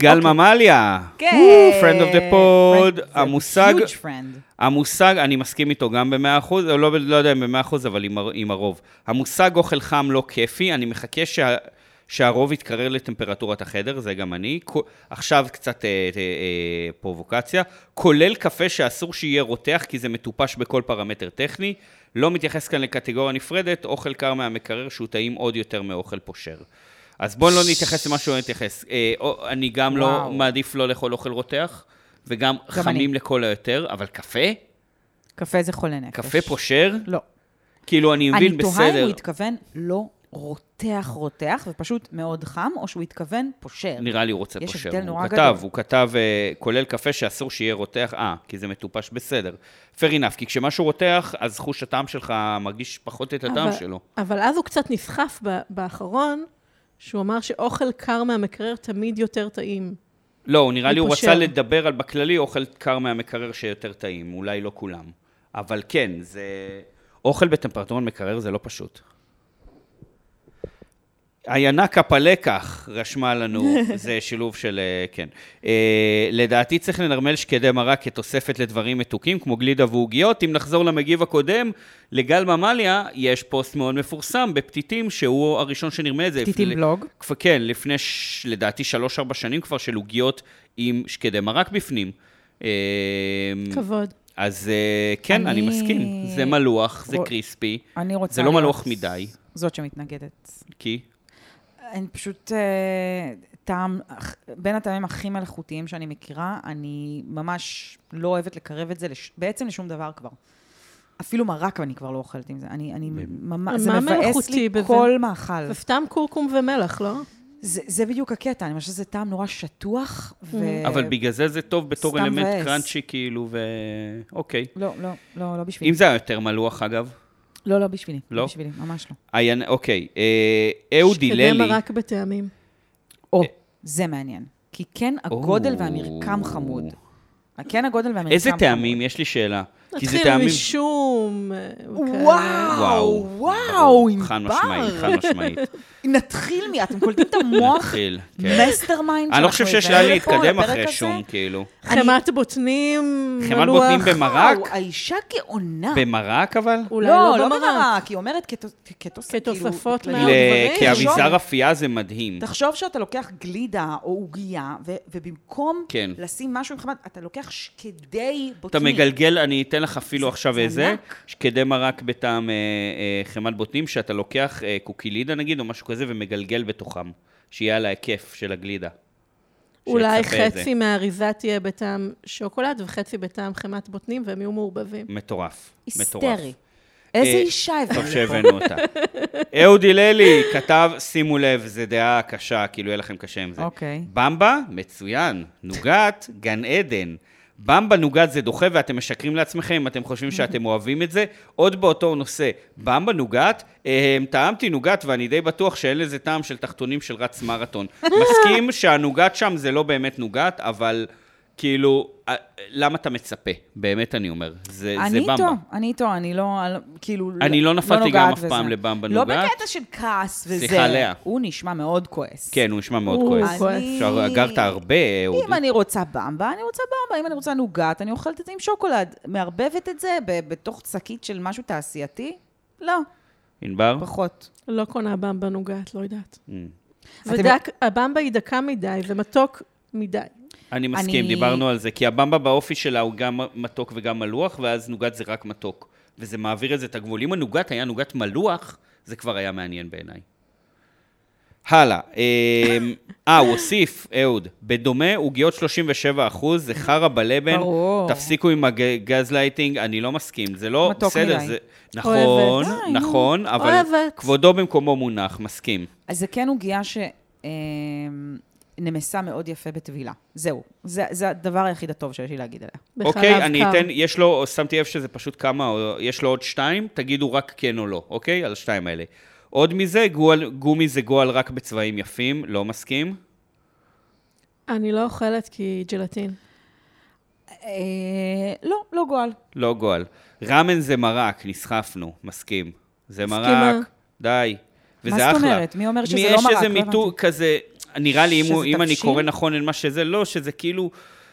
S1: גל ממליה,
S2: כן.
S1: פרנד אוף דה פוד,
S2: friend- זה
S1: המושג,
S2: huge friend.
S1: המושג, אני מסכים איתו גם ב-100%, לא, ב- לא יודע אם ב-100%, אבל עם, הר- עם הרוב. המושג אוכל חם לא כיפי, אני מחכה שה, שהרוב יתקרר לטמפרטורת החדר, זה גם אני. כו- עכשיו קצת אה, אה, אה, פרובוקציה, כולל קפה שאסור שיהיה רותח, כי זה מטופש בכל פרמטר טכני. לא מתייחס כאן לקטגוריה נפרדת, אוכל קר מהמקרר שהוא טעים עוד יותר מאוכל פושר. אז בואו לא נתייחס למה שהוא נתייחס. אה, או- אני גם לא
S2: וואו.
S1: מעדיף לא לאכול אוכל רותח, וגם
S2: גם
S1: חמים
S2: אני.
S1: לכל היותר, אבל קפה?
S2: קפה זה חולה נפש.
S1: קפה פושר?
S2: לא.
S1: כאילו, אני מבין,
S2: אני תוהה אם
S1: בסדר.
S2: הוא התכוון לא רותח רותח, ופשוט מאוד חם, או שהוא התכוון פושר.
S1: נראה לי הוא רוצה
S2: יש
S1: פושר.
S2: הבדל
S1: הוא
S2: נורא
S1: כתב,
S2: גדול.
S1: הוא כתב, אה, כולל קפה שאסור שיהיה רותח, אה, כי זה מטופש בסדר. fair enough, כי כשמשהו רותח, אז חוש הטעם שלך מרגיש פחות את הטעם
S4: אבל-
S1: שלו.
S4: אבל אז הוא קצת נסחף ב- באחרון, שהוא אמר שאוכל קר מהמקרר תמיד יותר טעים.
S1: לא, הוא נראה לי הוא
S4: פושר.
S1: רצה לדבר על בכללי אוכל קר מהמקרר שיותר טעים, אולי לא כולם. אבל כן, זה... אוכל בטמפרטורת מקרר זה לא פשוט. הינק הפלקח רשמה לנו, זה שילוב של, אה, כן. אה, לדעתי צריך לנרמל שקדי מרק כתוספת לדברים מתוקים, כמו גלידה ועוגיות. אם נחזור למגיב הקודם, לגל ממליה יש פוסט מאוד מפורסם בפתיתים, שהוא הראשון שנרמל את זה.
S2: פתיתים
S1: לפני-
S2: בלוג.
S1: כפ- כן, לפני, ש... לדעתי, שלוש-ארבע שנים כבר של עוגיות עם שקדי מרק בפנים. אה, Mm.
S4: כבוד.
S1: אז אה, כן, אני
S2: אני-
S1: מסכים. זה מלוח, זה
S2: בוא-
S1: קריספי.
S2: אני רוצה...
S1: זה לא
S2: להיות
S1: מלוח מדי,
S2: זאת שמתנגדת.
S1: כי...
S2: אני פשוט... אה, טעם, אח- בין הטעמים הכי מלאכותיים שאני מכירה, אני ממש לא אוהבת לקרב את זה לש, בעצם לשום דבר כבר. אפילו מרק אני כבר לא אוכלת עם זה. אני, אני ממש, זה
S4: מה
S2: מבאס
S4: מלאכותי
S2: לי
S4: בזה?
S2: כל מאכל.
S4: זה סתם קורקום ומלח, לא?
S2: זה, זה בדיוק הקטע, אני חושבת שזה טעם נורא שטוח,
S4: Mm-hmm.
S2: ו...
S1: אבל בגלל זה זה טוב בתור
S2: אה, סתם
S1: אלמנט
S2: מבאס.
S1: קראנצ'י, כאילו, ו... אוקיי.
S2: לא, לא, לא, לא בשבילי.
S1: אם זה היה יותר מלוח, אגב.
S2: לא, לא בשבילי.
S1: לא?
S2: לא? בשבילי, ממש לא.
S1: היה- אוקיי. אה, אהודי
S4: שקדי
S1: ללי.
S4: מרק בטעמים.
S2: או, אה, זה מעניין. כי כן הגודל
S1: או.
S2: והמרקם חמוד. כן הגודל והמרקם
S1: איזה
S2: חמוד.
S1: טעמים? יש לי שאלה. כי זה
S4: נתחיל
S1: טעמים...
S4: משום... אה, וכאלה.
S2: וואו, וואו,
S1: ברור,
S2: עם
S1: חד משמעית,
S2: בר.
S1: חד משמעית.
S2: נתחיל מי, אתם קולטים את המוח?
S1: נתחיל, כן.
S2: מאסטר מיינד
S1: אני לא חושב שיש לאן להתקדם אחרי שום, כאילו.
S4: חמת בוטנים,
S1: חמת
S4: מלוח.
S1: בוטנים במרק?
S2: וואו, האישה גאונה.
S1: במרק אבל?
S4: אולי
S2: לא,
S4: לא
S2: לא
S4: במרק.
S2: במרק, היא אומרת כתוס- כתוס- כאילו,
S4: כתוספות
S2: בכללי.
S4: מאוד.
S1: ל-
S4: דברים.
S1: כי
S2: תחשוב.
S1: אביזר אפייה זה מדהים.
S2: תחשוב שאתה לוקח גלידה או עוגייה, ו- ובמקום
S1: כן.
S2: לשים משהו עם חמד, אתה לוקח שקדי
S1: אתה
S2: בוטנים.
S1: מגלגל, אני אתן לך אפילו
S2: זה-
S1: עכשיו
S2: זה
S1: איזה,
S2: ענק.
S1: שקדי מרק בטעם אה, אה, חמת בוטנים, שאתה לוקח אה, קוקילידה נגיד, או משהו כזה, ומגלגל בתוכם. שיהיה על ההיקף של הגלידה.
S4: אולי
S1: שיצפה את זה.
S4: חצי מהאריזה תהיה בטעם שוקולד וחצי בטעם חמת בוטנים, והם יהיו מעורבבים.
S1: מטורף. מטורף.
S2: היסטרי. איזה
S1: אה,
S2: אישה
S1: טוב
S2: הבאנו.
S1: שהבאנו אותה. אהודי ללי כתב, שימו לב, זו דעה קשה, כאילו יהיה לכם קשה עם זה.
S2: אוקיי.
S1: במבה, מצוין. נוגת, גן עדן. במבה נוגת זה דוחה ואתם משקרים לעצמכם אם אתם חושבים שאתם אוהבים את זה. עוד באותו נושא, במבה נוגת, אה, טעמתי נוגת ואני די בטוח שאין לזה טעם של תחתונים של רץ מרתון. מסכים שהנוגת שם זה לא באמת נוגת, אבל כאילו, אה, למה אתה מצפה? באמת אני אומר. זה, זה
S2: אני
S1: במבה.
S2: איתו, אני איתו, אני לא, אני לא- כאילו,
S1: אני לא נפלתי גם
S2: נוגעת
S1: אף פעם
S2: וזה.
S1: לבמבה
S2: לא
S1: נוגעת.
S2: בקטע של כעס וזה.
S1: סליחה, לאה.
S2: הוא נשמע מאוד כועס.
S1: כן, הוא נשמע מאוד
S4: הוא
S1: כועס.
S4: כועס.
S1: עכשיו, אגרת הרבה, אהוד.
S2: אם אני רוצה במבה, אני רוצה במבה. אם אני רוצה נוגת, אני אוכלת את זה עם שוקולד. מערבבת את זה ב- בתוך שקית של משהו תעשייתי? לא,
S1: ענבר?
S2: פחות.
S4: לא קונה במבה נוגת, לא יודעת.
S1: Mm.
S4: זה
S2: אתם-
S4: דק, הבמבה היא דקה מדי ומתוק מדי.
S1: אני מסכים,
S2: אני-
S1: דיברנו על זה, כי הבמבה באופי שלה הוא גם מתוק וגם מלוח, ואז נוגת זה רק מתוק. וזה מעביר את זה את הגבול. אם הנוגת היה נוגת מלוח, זה כבר היה מעניין בעיניי. הלאה, אמ, אה, הוא הוסיף, אהוד, בדומה, עוגיות 37 אחוז, זה חרא בלבן,
S2: ברור.
S1: תפסיקו עם הגז לייטינג, אני לא מסכים, זה לא,
S2: מתוק
S1: בסדר,
S2: מדי.
S1: זה, נכון,
S4: אוהבת.
S2: די, נו.
S1: נכון, אבל
S4: אוהבת.
S1: כבודו במקומו מונח, מסכים.
S2: אז זה כן עוגיה ש... אמ, נמסה מאוד יפה בטבילה. זהו. זה, זה הדבר היחיד הטוב שיש לי להגיד עליה.
S4: בחלב
S1: אוקיי, אני
S4: קר.
S1: אתן, יש לו, שמתי לב שזה פשוט כמה, או- יש לו עוד שתיים, תגידו רק כן או לא, אוקיי? על השתיים האלה. עוד מזה, גועל, גומי זה גועל רק בצבעים יפים, לא מסכים.
S4: אני לא אוכלת כי ג'לטין.
S2: אה, לא, לא גועל.
S1: לא גועל. ראמן זה מרק, נסחפנו, מסכים. זה
S4: מסכימה.
S1: מרק, די. וזה
S2: מה
S1: אחלה.
S2: זאת אומרת? מי אומר שזה לא
S1: יש
S2: מרק?
S1: איזה
S2: לא
S1: מיתוג כזה, נראה לי, אם, הוא-
S2: שזה
S1: אם אני
S2: תבשיל?
S1: קורא נכון את מה שזה, לא, שזה כאילו...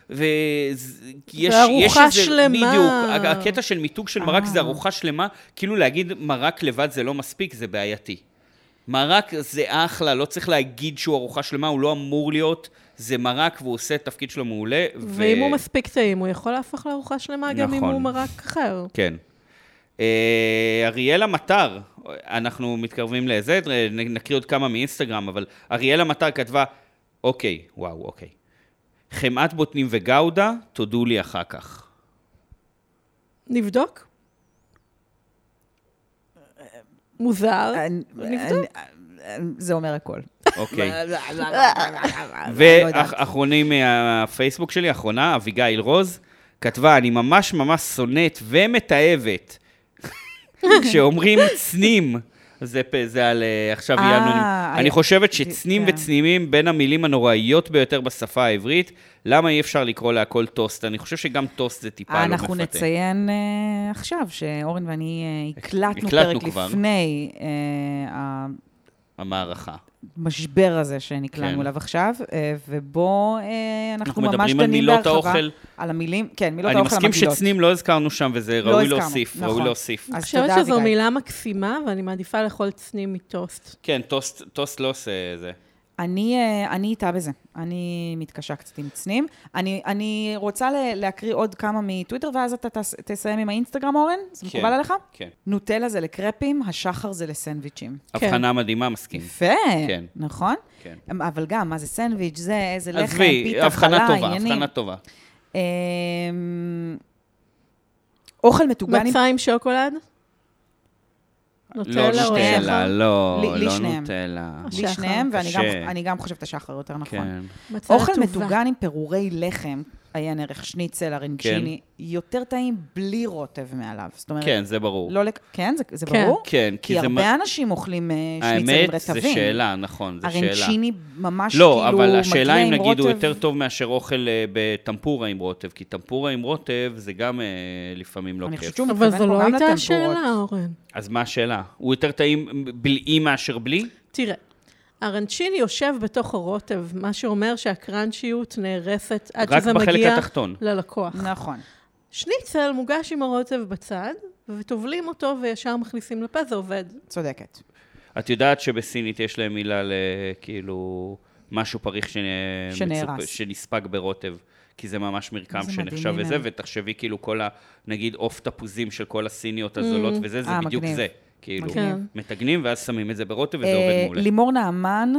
S1: ויש
S4: ארוחה שלמה.
S1: בדיוק, הקטע של מיתוג של מרק
S2: אה.
S1: זה ארוחה שלמה, כאילו להגיד מרק לבד זה לא מספיק, זה בעייתי. מרק זה אחלה, לא צריך להגיד שהוא ארוחה שלמה, הוא לא אמור להיות, זה מרק והוא עושה את התפקיד שלו מעולה. ו-
S4: ואם הוא מספיק טעים, הוא יכול להפוך לארוחה שלמה גם אם
S1: נכון.
S4: הוא מרק אחר.
S1: כן. אה, אריאלה מטר, אנחנו מתקרבים לזה, נ- נקריא עוד כמה מאינסטגרם, אבל אריאלה מטר כתבה, אוקיי, וואו, אוקיי. חמאת בוטנים וגאודה, תודו לי אחר כך.
S4: נבדוק. מוזר.
S2: אה,
S4: נבדוק.
S2: זה אומר הכל. לא
S1: אוקיי. ואחרונים מהפייסבוק שלי, אחרונה, אביגיל רוז, כתבה, אני ממש ממש שונאת ומתעבת. כשאומרים צנים, זה, פ- זה על אה, עכשיו
S2: אה,
S1: יענו...
S2: היה-
S1: אני חושבת שצנים
S2: כן.
S1: וצנימים בין המילים הנוראיות ביותר בשפה העברית, למה אי אפשר לקרוא להכל טוסט? אני חושב שגם טוסט זה טיפה לא מפתה.
S2: אנחנו נציין אה, עכשיו שאורן ואני אה, הקלטנו
S1: הקלטנו
S2: פרק
S1: כבר.
S2: לפני אה, לא,
S1: המערכה.
S2: המשבר הזה
S1: כן.
S2: שנקלענו אליו עכשיו, אה, ובו אה,
S1: אנחנו
S2: אנחנו ממש
S1: מדברים על
S2: דנים
S1: מילות
S2: בהרחבה.
S1: האוכל.
S2: על המילים, כן, מילות
S1: אני
S2: האוכל
S1: מסכים
S2: המגעילות.
S1: שצנים לא הזכרנו שם, וזה
S2: לא
S1: ראוי
S2: הזכרנו,
S1: להוסיף, ראוי
S2: נכון.
S1: להוסיף.
S4: אני
S2: אז
S4: חושבת
S2: תודה,
S4: שזו
S2: אביגיל.
S4: מילה מקסימה, ואני מעדיפה לאכול צנים מטוסט.
S1: כן, טוסט- טוסט לא עושה זה.
S2: אני, אה, אני איתה בזה. אני מתקשה קצת עם צנים. אני, אני רוצה ל- להקריא עוד כמה מטוויטר, ואז אתה תס, תסיים עם האינסטגרם, אורן? זה
S1: כן,
S2: מקובל עליך?
S1: כן.
S2: נוטלה זה לקרפים, השחר זה לסנדוויצ'ים.
S4: כן.
S1: הבחנה מדהימה, מסכים.
S2: יפה,
S1: כן.
S2: נכון?
S1: כן.
S2: אבל גם, מה זה סנדוויץ', זה איזה לחם,
S1: עזבי,
S2: פיתה, חלה,
S1: הבחנה טובה,
S2: עניינים.
S1: הבחנה טובה.
S2: אמ, אוכל מטוגן עם...
S4: מצה עם שוקולד? נוטלה
S1: לא
S4: או
S1: נוטלה,
S4: שחר?
S1: לא,
S2: לי- לי
S1: לא
S2: שניהם.
S1: נוטלה.
S2: לי
S4: שחר.
S2: שניהם, ואני גם-
S1: קשה.
S2: אני גם חושבת השחר יותר נכון.
S1: כן.
S4: מצה
S2: אוכל
S4: רטובה.
S2: מטוגן עם פירורי לחם, עיין ערך שניצל, ארינג'יני, יותר טעים בלי רוטב מעליו. זאת אומרת,
S1: כן, זה ברור.
S2: לא לק... כן, זה, זה
S4: כן.
S2: ברור?
S1: כן, כי
S2: כי
S1: זה
S2: הרבה
S1: מה-
S2: אנשים אוכלים אה, שניצלים
S1: האמת,
S2: רטבים.
S1: זו שאלה, נכון, זו שאלה.
S2: ארינצ'יני ממש
S1: לא,
S2: כאילו
S1: אבל
S2: מגיע
S1: השאלה אם
S2: עם
S1: נגיד הוא
S2: רוטב.
S1: יותר טוב מאשר אוכל אה, בטמפורה עם רוטב, כי טמפורה עם רוטב זה גם אה, לפעמים לא
S2: אני
S1: כיף.
S2: חושבת שהוא
S4: אבל זו
S2: מתכוון
S4: לא
S2: פה גם
S4: הייתה
S2: לטמפורות.
S4: השאלה, אורן.
S1: אז מה השאלה? הוא יותר טעים בלעי מאשר בלי?
S4: תראה, הרנצ'יני יושב בתוך הרוטב, מה שאומר שהקראנצ'יות נהרסת עד
S1: רק
S4: שזה
S1: בחלק
S4: מגיע
S1: התחתון.
S4: ללקוח.
S2: נכון.
S4: שניצל מוגש עם הרוטב בצד, וטובלים אותו וישר מכניסים לפה, זה עובד.
S2: צודקת.
S1: את יודעת שבסינית יש להם מילה לכאילו משהו פריך שנ-
S2: שנהרס.
S1: מצופ- שנספג ברוטב, כי זה ממש מרקם
S2: זה
S1: שנחשב
S2: מדהים
S1: לזה,
S2: ממנו.
S1: ותחשבי כאילו כל ה... נגיד עוף תפוזים של כל הסיניות הזולות וזה, זה
S2: אה,
S1: בדיוק
S2: מגניב.
S1: זה. כאילו,
S4: מגניב.
S1: מתגנים ואז שמים את זה ברוטב וזה
S2: אה,
S1: עובד מעולה.
S2: לימור נעמן,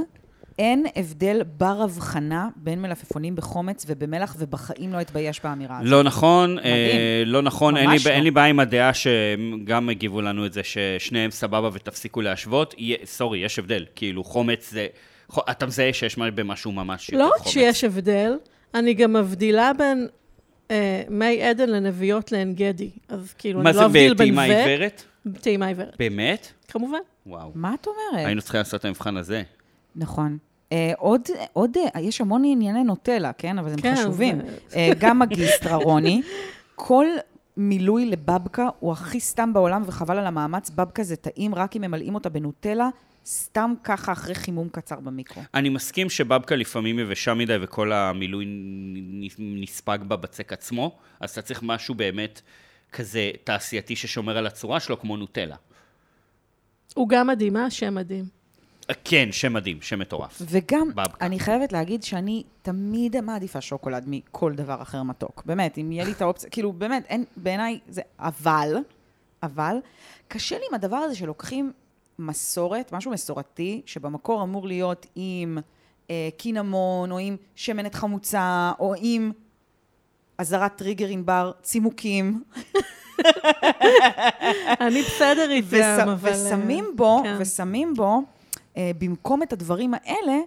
S2: אין הבדל בר הבחנה בין מלפפונים בחומץ ובמלח, ובחיים לא אתבייש באמירה הזאת.
S1: לא נכון, אה,
S2: מדהים.
S1: לא נכון, אין לי,
S2: ממש
S1: לא. אין
S2: לא.
S1: לי בעיה עם הדעה שגם הגיבו לנו את זה ששניהם סבבה ותפסיקו להשוות. יהיה- סורי, יש הבדל, כאילו חומץ זה... חו- אתה מזהה שיש מה- במשהו ממש יותר
S4: לא רק
S1: חומץ.
S4: שיש הבדל, אני גם מבדילה בין אה, מי עדן לנביאות לעין גדי, אז כאילו,
S1: מה
S4: אני
S1: זה
S4: לא אבדיל בין
S1: בטעימה
S4: ו...
S1: עיוורת?
S4: טעימה עיוורת,
S1: באמת?
S4: כמובן.
S1: וואו.
S2: מה את אומרת?
S1: היינו צריכים לעשות את המבחן הזה.
S2: נכון. אה, עוד, עוד, אה, יש המון ענייני נוטלה, כן? אבל הם
S4: כן,
S2: חשובים.
S4: זה-
S2: אה, גם מגיסטרה רוני, כל מילוי לבבקה הוא הכי סתם בעולם וחבל על המאמץ. בבקה זה טעים רק אם ממלאים אותה בנוטלה, סתם ככה אחרי חימום קצר במיקרו.
S1: אני מסכים שבבקה לפעמים יבשה מדי וכל המילוי נ- נ- נספג בבצק עצמו, אז אתה צריך משהו באמת כזה תעשייתי ששומר על הצורה שלו, כמו נוטלה.
S4: הוא גם מדהים, מה השם מדהים?
S1: אה, כן, שם מדהים, שם מטורף.
S2: וגם,
S1: בבקה.
S2: אני חייבת להגיד שאני תמיד מעדיפה שוקולד מכל דבר אחר מתוק. באמת, אם יהיה לי את האופציה, כאילו, באמת, אין, בעיניי זה... אבל, אבל, קשה לי עם הדבר הזה שלוקחים מסורת, משהו מסורתי, שבמקור אמור להיות עם אה, קינמון, או עם שמנת חמוצה, או עם אזהרת טריגר עם בר, צימוקים,
S4: אני בסדר איתם,
S2: וס-
S4: אבל... אה,
S2: ושמים בו,
S4: כן.
S2: ושמים בו, אה, במקום את הדברים האלה,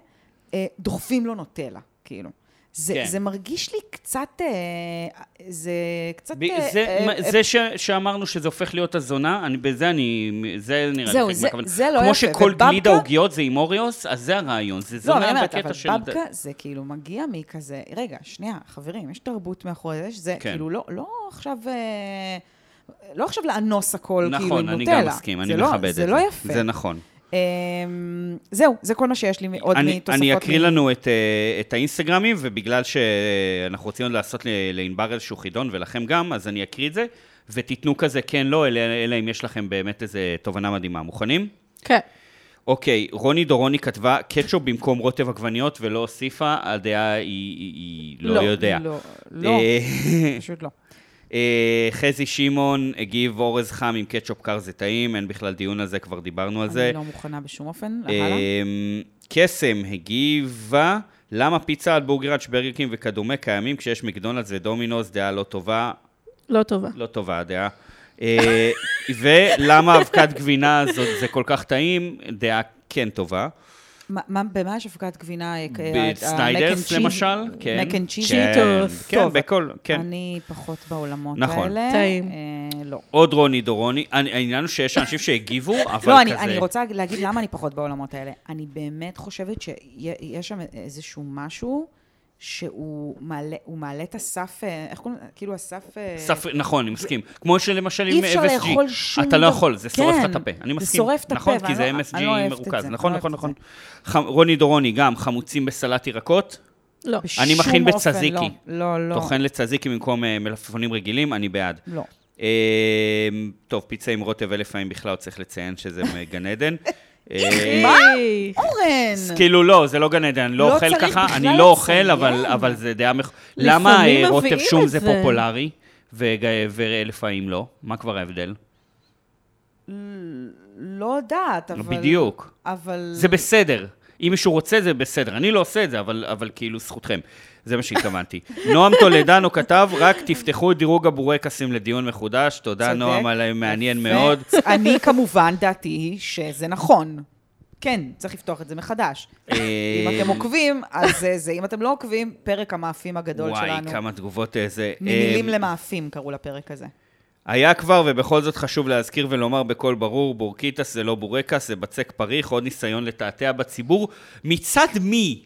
S2: אה, דוחפים לו נוטלה, כאילו. זה,
S1: כן.
S2: זה מרגיש לי קצת, אה, זה קצת...
S1: ב-
S2: אה,
S1: זה,
S2: אה,
S1: מה-
S2: אה,
S1: זה ש, שאמרנו שזה הופך להיות הזונה, אני, בזה אני, זה נראה לי
S2: זהו,
S1: חלק
S2: זה-
S1: מהכוונה.
S2: זה לא
S1: כמו
S2: יפה,
S1: שכל
S2: ובבקה-
S1: גלידה עוגיות זה עם אוריוס, אז זה הרעיון, זה
S2: לא, אבל
S1: זונה
S2: אני אומרת, אבל
S1: בקטע של...
S2: בבקה זה כאילו מגיע מכזה, רגע, שנייה, חברים, יש תרבות מאחורי זה, שזה
S1: כן.
S2: כאילו לא, לא עכשיו... אה, לא עכשיו לאנוס הכל, כאילו, עם
S1: נכון,
S2: נוטלה.
S1: אני גם מסכים, אני
S2: זה לא-
S1: מכבד את זה.
S2: זה לא יפה.
S1: זה נכון.
S2: אמ, זהו, זה כל מה שיש לי עוד
S1: אני,
S2: מתוספות.
S1: אני אקריא
S2: מ-
S1: לנו את, אה, את האינסטגרמים, ובגלל שאנחנו רוצים עוד לעשות ל- לענבר איזשהו חידון, ולכם גם, אז אני אקריא את זה, ותיתנו כזה כן, לא, אלא, אלא אם יש לכם באמת איזו תובנה מדהימה. מוכנים?
S4: כן.
S1: אוקיי, רוני דורוני כתבה, קטשופ במקום רוטב עגבניות ולא הוסיפה, הדעה היא, היא, היא לא, יודע.
S2: לא, לא,
S1: אה,
S2: פשוט לא.
S1: אה, חזי שמעון הגיב אורז חם עם קטשופ קר זה טעים, אין בכלל דיון על זה, כבר דיברנו על זה.
S2: אני לא מוכנה בשום אופן, הלאה.
S1: אמ, קסם הגיבה, למה פיצה על בורגראץ', ברגרקים וכדומה קיימים כשיש מקדונלדס ודומינוס, דעה לא טובה,
S4: לא טובה.
S1: לא טובה הדעה. אה, ולמה אבקת גבינה זאת, זה כל כך טעים, דעה כן טובה.
S2: מה- מה- במה יש הפקת גבינה? אה,
S1: בסניידרס
S2: אוקיי, ה- mac and cheese-
S1: למשל, כן.
S2: mac and cheese?
S1: כן,
S4: צ'יטוס.
S1: כן,
S2: טוב.
S1: בכל, כן.
S2: אני פחות בעולמות האלה.
S1: נכון.
S4: טעים.
S2: אה, לא.
S1: עוד רוני דורוני, אני- העניין הוא שיש אנשים שהגיבו, אבל כזה...
S2: לא, אני, אני רוצה להגיד למה אני פחות בעולמות האלה. אני באמת חושבת שיש שם איזשהו משהו שהוא מעלה, הוא מעלה את הסף, אה, איך קוראים לזה? כאילו הסף... אה,
S1: ספ... נכון, אני מסכים. כמו שלמשל עם
S2: אי
S1: MSG.
S2: אפשר לאכול שום
S1: אתה לא
S2: דבר.
S1: יכול, זה שורף לך
S2: כן,
S1: את הפה. אני
S2: זה
S1: מסכים.
S2: שורף את הפה,
S1: נכון, כי
S2: ואני
S1: זה
S2: לא-
S1: MSG
S2: אני לא אוהבת את
S1: מרוכז.
S2: זה,
S1: נכון,
S2: אני לא
S1: נכון, נכון.
S2: אוהבת
S1: ח... רוני דורוני גם, חמוצים בסלט ירקות.
S4: לא.
S1: אני
S2: בשום
S1: מכין
S2: אופן,
S1: בצזיקי.
S2: לא, לא, לא.
S1: טוחן לצזיקי במקום אה, מלפפונים רגילים, אני בעד.
S2: לא.
S1: אה, טוב, פיצה עם רוטב לפעמים בכלל, צריך לציין שזה גן עדן. אה,
S4: מה?
S1: אז
S2: אורן!
S1: כאילו לא, זה לא גן עדן, אני לא,
S2: כן. לא
S1: אוכל
S2: צריך
S1: ככה,
S2: בכלל
S1: אני לא אוכל,
S2: לציין.
S1: אבל, אבל זה דעה מח... למה
S4: לפעמים
S1: אה, רוטב
S4: מביאים
S1: שום
S4: את
S1: זה
S4: זה.
S1: פופולרי, וג- ולפעמים לא? מה כבר ההבדל?
S2: לא יודעת, אבל...
S1: בדיוק.
S2: אבל...
S1: זה בסדר. אם מישהו רוצה, זה בסדר. אני לא עושה את זה, אבל, אבל כאילו, זכותכם. זה מה שהתכוונתי. נועם טולדנו כתב, רק תפתחו את דירוג הבורקסים לדיון מחודש. תודה,
S2: צודק.
S1: נועם, על מעניין
S2: יפה.
S1: מאוד.
S2: אני כמובן, דעתי היא שזה נכון. כן, צריך לפתוח את זה מחדש.
S1: אה,
S2: אם אתם עוקבים, אז זה זה. אם אתם לא עוקבים, פרק המאפים הגדול
S1: וואי,
S2: שלנו.
S1: כמה תגובות אה, זה.
S2: ממילים
S1: אה,
S2: למאפים קראו לפרק הזה.
S1: היה כבר, ובכל זאת חשוב להזכיר ולומר בקול ברור, בורקיטס זה לא בורקס, זה בצק פריך, עוד ניסיון לתעתע בציבור. מצד מי?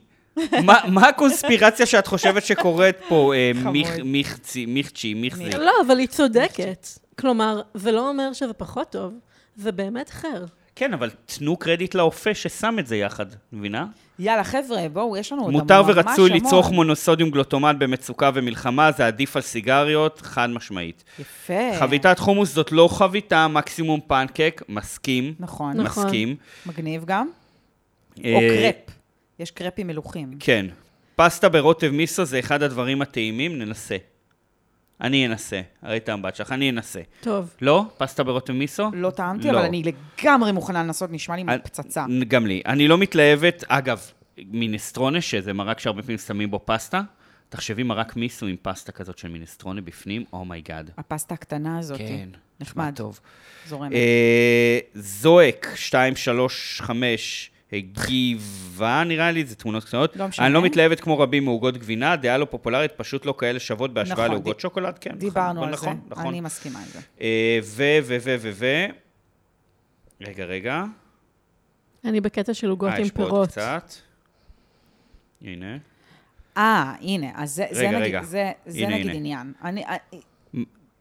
S1: מה, מה הקונספירציה שאת חושבת שקורית פה, אה,
S2: חמוד.
S1: מיך, מיכצי, מיכצ'י, מיכזי?
S4: לא, אבל היא צודקת. כלומר, זה לא אומר שזה פחות טוב, זה באמת חר.
S1: כן, אבל תנו קרדיט לאופה ששם את זה יחד, מבינה?
S2: יאללה, חבר'ה, בואו, יש לנו עוד
S1: מותר
S2: ממש
S1: ורצוי
S2: המון.
S1: לצרוך מונוסודיום גלוטומט במצוקה ומלחמה, זה עדיף על סיגריות, חד משמעית.
S2: יפה.
S1: חביתת חומוס זאת לא חביתה, מקסימום פנקק, מסכים.
S2: נכון.
S4: נכון.
S1: מסכים.
S2: מגניב גם. או
S1: אה,
S2: קרפ. יש קרפים מלוכים.
S1: כן. פסטה ברוטב מיסו זה אחד הדברים הטעימים, ננסה. אני אנסה. הרי את האמבט שלך, אני אנסה.
S4: טוב.
S1: לא? פסטה ברוטב מיסו?
S2: לא טעמתי,
S1: לא.
S2: אבל אני לגמרי מוכנה לנסות, נשמע לי
S1: אני-
S2: פצצה.
S1: גם לי. אני לא מתלהבת, אגב, מינסטרונה, שזה מרק שהרבה פעמים שמים בו פסטה, תחשבי מרק מיסו עם פסטה כזאת של מינסטרונה בפנים, Oh אומייגאד.
S2: הפסטה הקטנה הזאת.
S1: כן,
S2: נחמד.
S1: טוב.
S2: זורמת.
S1: אה, זועק, 235, גבעה, נראה לי, זה תמונות קטנות.
S2: לא משנה.
S1: אני לא מתלהבת כמו רבים מעוגות גבינה, דעה לא פופולרית, פשוט לא כאלה שוות בהשוואה
S2: נכון,
S1: לעוגות
S2: ד-
S1: שוקולד, כן.
S2: דיברנו
S1: נכון,
S2: על זה.
S1: נכון, נכון.
S2: אני מסכימה עם זה.
S1: אה, ו, ו, ו, ו, ו... רגע, רגע.
S4: אני בקטע של עוגות
S1: אה,
S4: עם
S1: יש פה עוד
S4: פירות.
S1: קצת. הנה.
S2: אה, הנה, אז זה, זה
S1: רגע,
S2: נגיד,
S1: רגע.
S2: זה, זה
S1: הנה,
S2: נגיד
S1: הנה.
S2: עניין. אני, אה,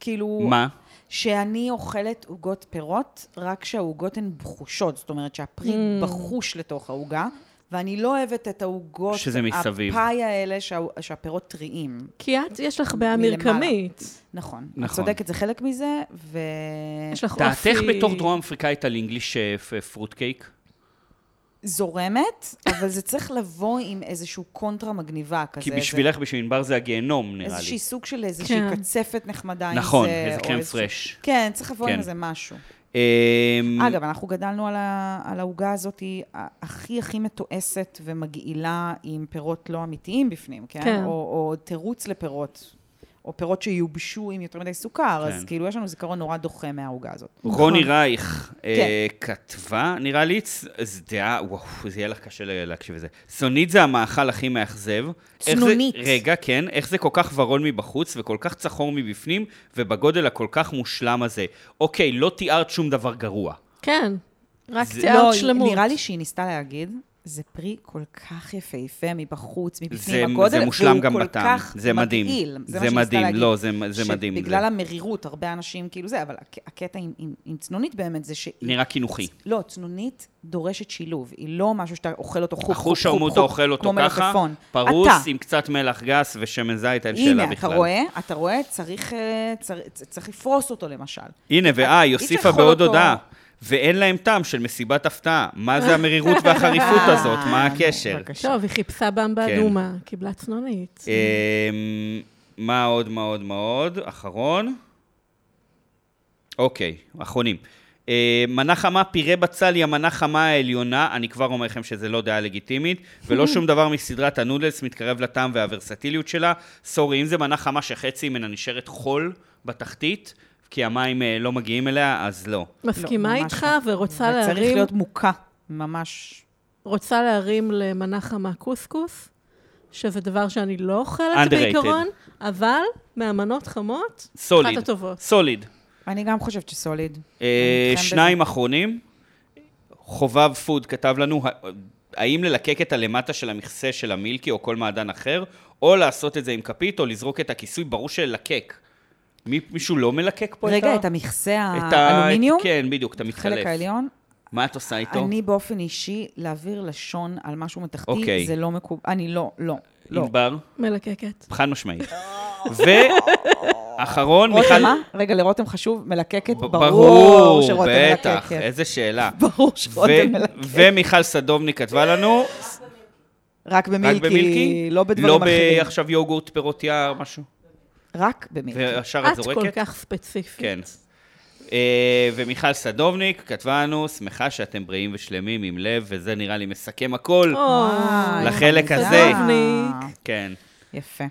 S2: כאילו...
S1: מה?
S2: שאני אוכלת עוגות פירות, רק שהעוגות הן בחושות, זאת אומרת שהפרי mm. בחוש לתוך העוגה, ואני לא אוהבת את העוגות...
S1: שזה מסביב.
S2: הפאי האלה שה, שהפירות טריים.
S4: כי את, יש לך בעיה
S2: מלמעלה.
S4: מרקמית.
S2: נכון. נכון. את
S1: נכון.
S2: צודקת, זה חלק מזה, ו...
S4: יש לך אופי...
S1: דעתך בתור דרום אפריקאית על אה, אינגליש פרוט קייק?
S2: זורמת, אבל זה צריך לבוא עם איזשהו קונטרה מגניבה כזה.
S1: כי
S2: איזה-
S1: בשבילך, בשביל ענבר זה הגיהנום, נראה לי.
S2: איזשהי סוג של איזושהי
S4: כן.
S2: קצפת נחמדה עם
S1: נכון,
S2: זה.
S1: איזה
S2: או
S1: קרם
S2: איזשהו-
S1: פרש.
S2: כן, צריך לבוא
S1: כן.
S2: עם איזה משהו.
S1: אמ,
S2: אגב, אנחנו גדלנו על ה- על העוגה הזאת ה- הכי הכי מתועסת ומגעילה עם פירות לא אמיתיים בפנים, כן?
S4: כן.
S2: או, או תירוץ לפירות, או פירות שיובשו עם יותר מדי סוכר, כן. אז
S1: כן.
S2: כאילו יש לנו זיכרון נורא דוחה מהעוגה הזאת.
S1: רוני רייך אה,
S2: כן.
S1: כתבה, נראה לי, צ- זו דעה, וואו, זה יהיה לך קשה ל- להקשיב לזה. צונית זה המאכל הכי מאכזב. איך זה-
S2: צנונית.
S1: רגע, כן. איך זה כל כך ורוד מבחוץ וכל כך צחור מבפנים, ובגודל הכל כך מושלם הזה. אוקיי, לא תיארת שום דבר גרוע.
S4: כן, רק
S1: זה-
S4: תיארת
S2: לא, היא-
S4: שלמות.
S2: נראה לי שהיא ניסתה להגיד, זה פרי כל כך יפהפה מבחוץ,
S1: זה,
S2: מבפנים, הגודל,
S1: זה מושלם
S2: והוא
S1: גם
S2: כל
S1: בטעם,
S2: כך
S1: זה מדהים.
S2: מגעיל.
S1: זה
S2: זה, מה שהיא ניסתה
S1: מדהים,
S2: להגיד.
S1: לא, זה, זה מדהים. זה
S2: שבגלל המרירות, הרבה אנשים כאילו זה, אבל הק- הקטע עם, עם, עם צנונית באמת זה שהיא...
S1: נראה קינוחי.
S2: לא, צנונית דורשת שילוב. היא לא משהו שאתה אוכל אותו חוק, חוק, חוק, חוק.
S1: החוש העמוד אוכל אותו
S2: כמו
S1: ככה,
S2: מלפפון.
S1: פרוס
S2: אתה,
S1: עם קצת מלח גס ושמן זית, אין שאלה
S2: הנה, אתה
S1: בכלל.
S2: רואה, אתה רואה, צריך, אה, צריך, צריך לפרוס אותו למשל.
S1: הנה, ואה, היא
S2: אי אפשר
S1: הוסיפה
S2: לאכול
S1: בעוד
S2: אותו.
S1: הודעה. ואין להם טעם של מסיבת הפתעה. מה זה המרירות והחריפות הזאת? מה
S2: אה,
S1: הקשר?
S2: בבקשה.
S4: טוב, היא לא, חיפשה במבה
S1: כן. לא,
S4: אדומה, קיבלה צנונית.
S1: אמ, מה עוד, מה עוד, מה עוד? אחרון? אוקיי, אחרונים. אה, מנה חמה, פירה בצל היא המנה חמה העליונה, אני כבר אומר לכם שזה לא דעה לגיטימית, ולא שום דבר מסדרת הנודלס מתקרב לטעם והוורסטיליות שלה. סורי, אם זה מנה חמה שחצי ממנה נשארת חול בתחתית, כי המים אה, לא מגיעים אליה, אז לא.
S4: מסכימה
S2: ממש
S4: איתך
S2: לא.
S4: ורוצה
S2: זה צריך
S4: להרים,
S2: להיות מוכה, ממש.
S4: רוצה להרים למנה חמה קוסקוס, שזה דבר שאני לא אוכלת
S1: Underrated.
S4: בעיקרון, אבל מהמנות חמות, אחת
S1: סוליד.
S4: הטובות.
S1: סוליד.
S2: אני גם חושבת שסוליד.
S1: אה,
S2: אני איתכם
S1: שניים אחרונים. חובב פוד כתב לנו, "ה- האם ללקק את הלמטה של המכסה של המילקי או כל מעדן אחר, או לעשות את זה עם כפית, או לזרוק את הכיסוי, ברור שללקק. מי- מישהו לא מלקק פה
S2: רגע,
S1: את
S2: את
S1: ה...
S2: המכסה
S1: את ה-
S2: האלומיניום?
S1: כן, בדיוק, אתה מתחלף.
S2: חלק העליון?
S1: מה את עושה איתו?
S2: אני באופן אישי, להעביר לשון על משהו מתחתי,
S1: אוקיי.
S2: זה לא מקובל. אני לא, לא, לא.
S1: ענבר,
S4: מלקקת.
S1: חד משמעית. ואחרון, מיכל...
S2: רותם, מה? רגע, לרותם חשוב, מלקקת?
S1: ב-
S2: ברור שרותם כן.
S1: בטח,
S2: מלקקת.
S1: איזה שאלה.
S2: ברור שרותם
S1: ו-
S2: מלקקת.
S1: ומיכל סדובני כתבה לנו,
S2: רק
S1: רק במילקי?
S2: במילקי, לא בדברים
S1: לא
S2: אחרים.
S1: בעכשיו יוגורט, פירות יער, משהו?
S2: רק במילקי.
S1: והשאר את
S4: את
S1: זורקת?
S4: כל כך ספציפית.
S1: כן. אה, ומיכל סדובניק כתבה לנו, שמחה שאתם בריאים ושלמים עם לב, וזה נראה לי מסכם הכל.
S4: או,
S2: וואי,
S1: לחלק
S2: מזל.
S1: הזה.
S4: סדובניק.
S1: כן.
S2: יפה.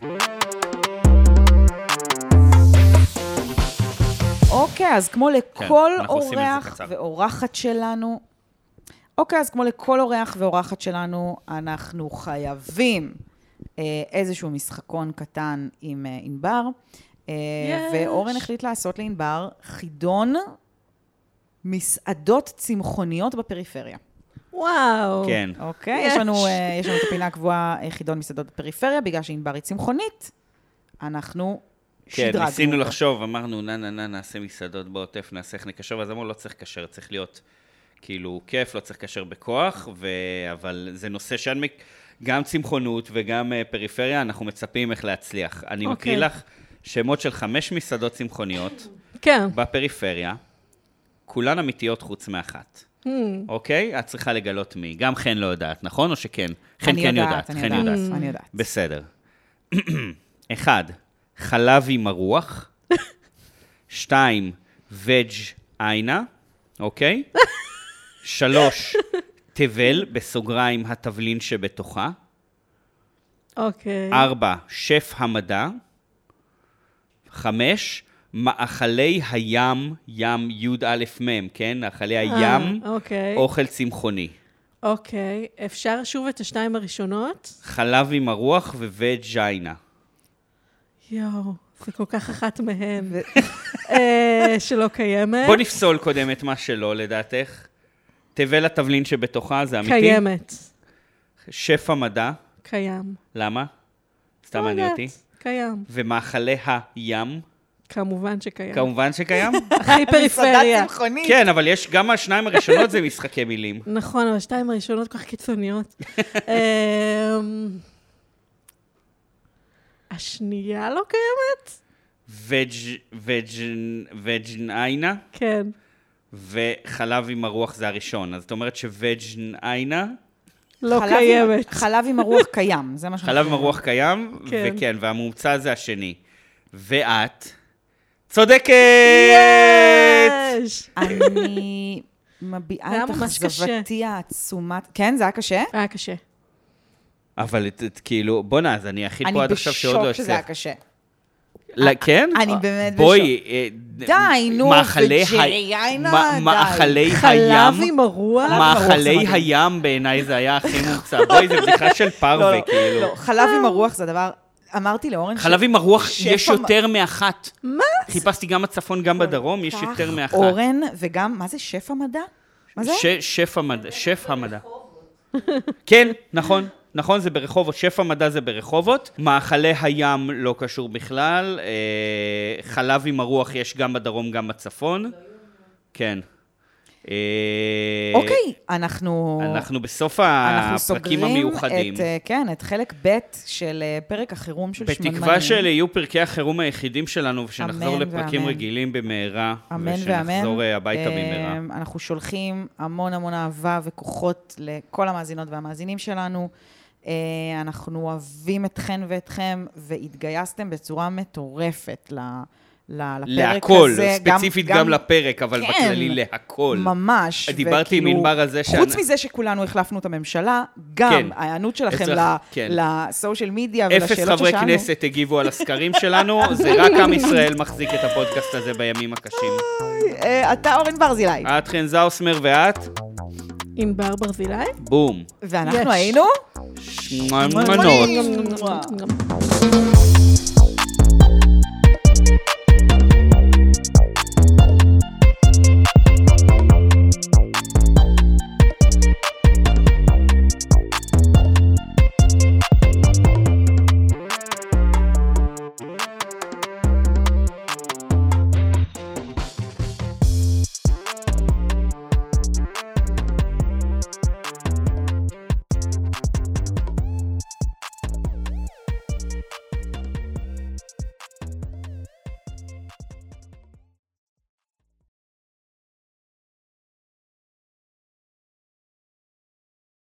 S2: אוקיי, אז כמו לכל
S1: כן, אנחנו עושים את זה
S2: אורח
S1: קצר.
S2: ואורחת שלנו, אוקיי, אז כמו לכל אורח ואורחת שלנו, אנחנו חייבים אה, איזשהו משחקון קטן עם אה, ענבר. אה,
S4: יש.
S2: ואורן החליט לעשות לענבר חידון מסעדות צמחוניות בפריפריה.
S4: וואו.
S1: כן.
S2: אוקיי,
S4: יש.
S2: יש לנו, אה, יש לנו את הפינה הקבועה, אה, חידון מסעדות בפריפריה, בגלל שענבר היא צמחונית, אנחנו
S1: כן,
S2: שדרגנו.
S1: ניסינו
S2: אותו.
S1: לחשוב, אמרנו, נה, נה, נה, נעשה מסעדות בעוטף, נעשה איך נקשר, ואז אמרנו, לא צריך לקשר, צריך להיות כאילו כיף, לא צריך לקשר בכוח, ו... אבל זה נושא שאני... מק- גם צמחונות וגם אה, פריפריה, אנחנו מצפים איך להצליח. אני מקריא
S4: אוקיי.
S1: לך שמות של חמש מסעדות צמחוניות.
S4: כן.
S1: בפריפריה, כולן אמיתיות חוץ מאחת.
S4: Hmm.
S1: אוקיי? את צריכה לגלות מי. גם חן לא יודעת, נכון? או שכן? חן
S2: אני
S1: כן יודעת,
S2: יודעת,
S1: חן
S2: אני
S1: יודעת.
S2: יודעת, אני יודעת.
S1: בסדר. אחד, חלב עם הרוח. שתיים, וג' איינה, אוקיי? שלוש, תבל, בסוגריים התבלין שבתוכה.
S4: אוקיי.
S1: ארבע, שף המדע. חמש, מאכלי הים, ים י"א מ', כן? מאכלי
S4: אה,
S1: הים,
S4: אוקיי.
S1: אוכל צמחוני.
S4: אוקיי, אפשר שוב את השתיים הראשונות?
S1: חלב עם הרוח ווג'יינה.
S4: יואו, זה כל כך אחת מהן, אה, שלא קיימת.
S1: בוא נפסול קודם את מה שלא, לדעתך. תבל התבלין שבתוכה, זה אמיתי?
S4: קיימת.
S1: שפע מדע,
S4: קיים.
S1: למה? סתם
S4: לא
S1: מעניין
S4: יודעת,
S1: אותי.
S4: קיים.
S1: ומאכלי הים,
S4: כמובן שקיים.
S1: כמובן שקיים.
S4: הכי פריפריה.
S2: מסעדה צמחונית.
S1: כן, אבל יש, גם השניים הראשונות זה משחקי מילים.
S4: נכון, אבל השתיים הראשונות כל כך קיצוניות. אמ, השנייה לא קיימת?
S1: וג' וג'- וג'ניינה,
S4: כן.
S1: וחלב עם הרוח זה הראשון. אז את אומרת שווג'ניינה,
S4: לא
S2: חלב עם-
S4: קיימת.
S2: חלב עם הרוח קיים, זה מה שאנחנו...
S1: חלב עם הרוח קיים,
S4: כן.
S1: וכן, והמומצא זה השני. ואת צודקת!
S4: יש!
S2: אני
S4: זה
S2: מביעה
S4: היה
S2: את
S4: ממש קשה.
S2: אכזבתי העצומה. כן, זה היה קשה?
S4: היה קשה.
S1: אבל את- את כאילו, בואנה, אז אני היחיד
S2: אני
S1: פה עד עכשיו שעוד לא
S2: בשוק שזה היה
S1: הצליח.
S2: קשה.
S1: לא, כן?
S2: אני באמת
S1: בואי, אה,
S2: די, נו,
S1: מאכלי ה-
S2: וג'ריינה,
S1: מה-
S2: די.
S1: מאכלי
S4: חלב
S1: הים,
S4: עם הרוח?
S1: מאכלי
S2: מדהים.
S1: הים בעיניי זה היה הכי מומצא. בואי, זו בדיחה של פרווה, כאילו.
S2: לא, חלב עם הרוח זה הדבר... אמרתי לאורן ש-
S1: חלב עם הרוח,
S2: שפע
S1: יש
S2: מ-
S1: יותר מאחת.
S4: מה?
S1: חיפשתי גם בצפון, גם בדרום, יש יותר מאחת.
S2: אורן, וגם, מה זה שפע מדע? מה זה?
S1: ש- שף המדע, שף המדע. כן, נכון. נכון, זה ברחובות, שף המדע זה ברחובות, מאכלי הים לא קשור בכלל, אה, חלב עם הרוח יש גם בדרום, גם בצפון. כן. אה,
S2: אוקיי, אנחנו...
S1: אנחנו בסוף
S2: אנחנו
S1: הפרקים
S2: סוגרים
S1: המיוחדים.
S2: את, אה, כן, את חלק ב' של אה, פרק החירום של שמנמנים.
S1: בתקווה שאלה יהיו פרקי החירום היחידים שלנו, ושנחזור
S2: אמן
S1: לפרקים
S2: ואמן.
S1: רגילים במהרה.
S2: אמן ואמן.
S1: ושנחזור אה, הביתה
S2: אה,
S1: במהרה.
S2: אנחנו שולחים המון המון אהבה וכוחות לכל המאזינות והמאזינים שלנו. אה, אנחנו אוהבים אתכן ואתכם, והתגייסתם בצורה מטורפת ל- ל- לפרק
S1: להכל,
S2: הזה.
S1: ספציפית גם לפרק, אבל
S2: כן.
S1: בכללי להכל.
S2: ממש.
S1: דיברתי עם
S2: וכאילו,
S1: ענבר על זה שאני-
S2: חוץ מזה שכולנו החלפנו את הממשלה, גם
S1: כן.
S2: ההיענות שלכם
S1: אצלך,
S2: ל-
S1: כן.
S2: לסושיאל מדיה ולשאלות
S1: אפס
S2: ששאלנו.
S1: חברי כנסת הגיבו על הסקרים שלנו, זה רק עם ישראל מחזיק את הפודקאסט הזה בימים הקשים.
S2: אה, אתה אורן ברזילי.
S1: את חן זאוסמר ואת,
S4: ענבר ברזילי?
S1: בום.
S2: ואנחנו
S4: יש.
S2: היינו...
S1: שמנמנות.
S4: נו, נו, נו, נו.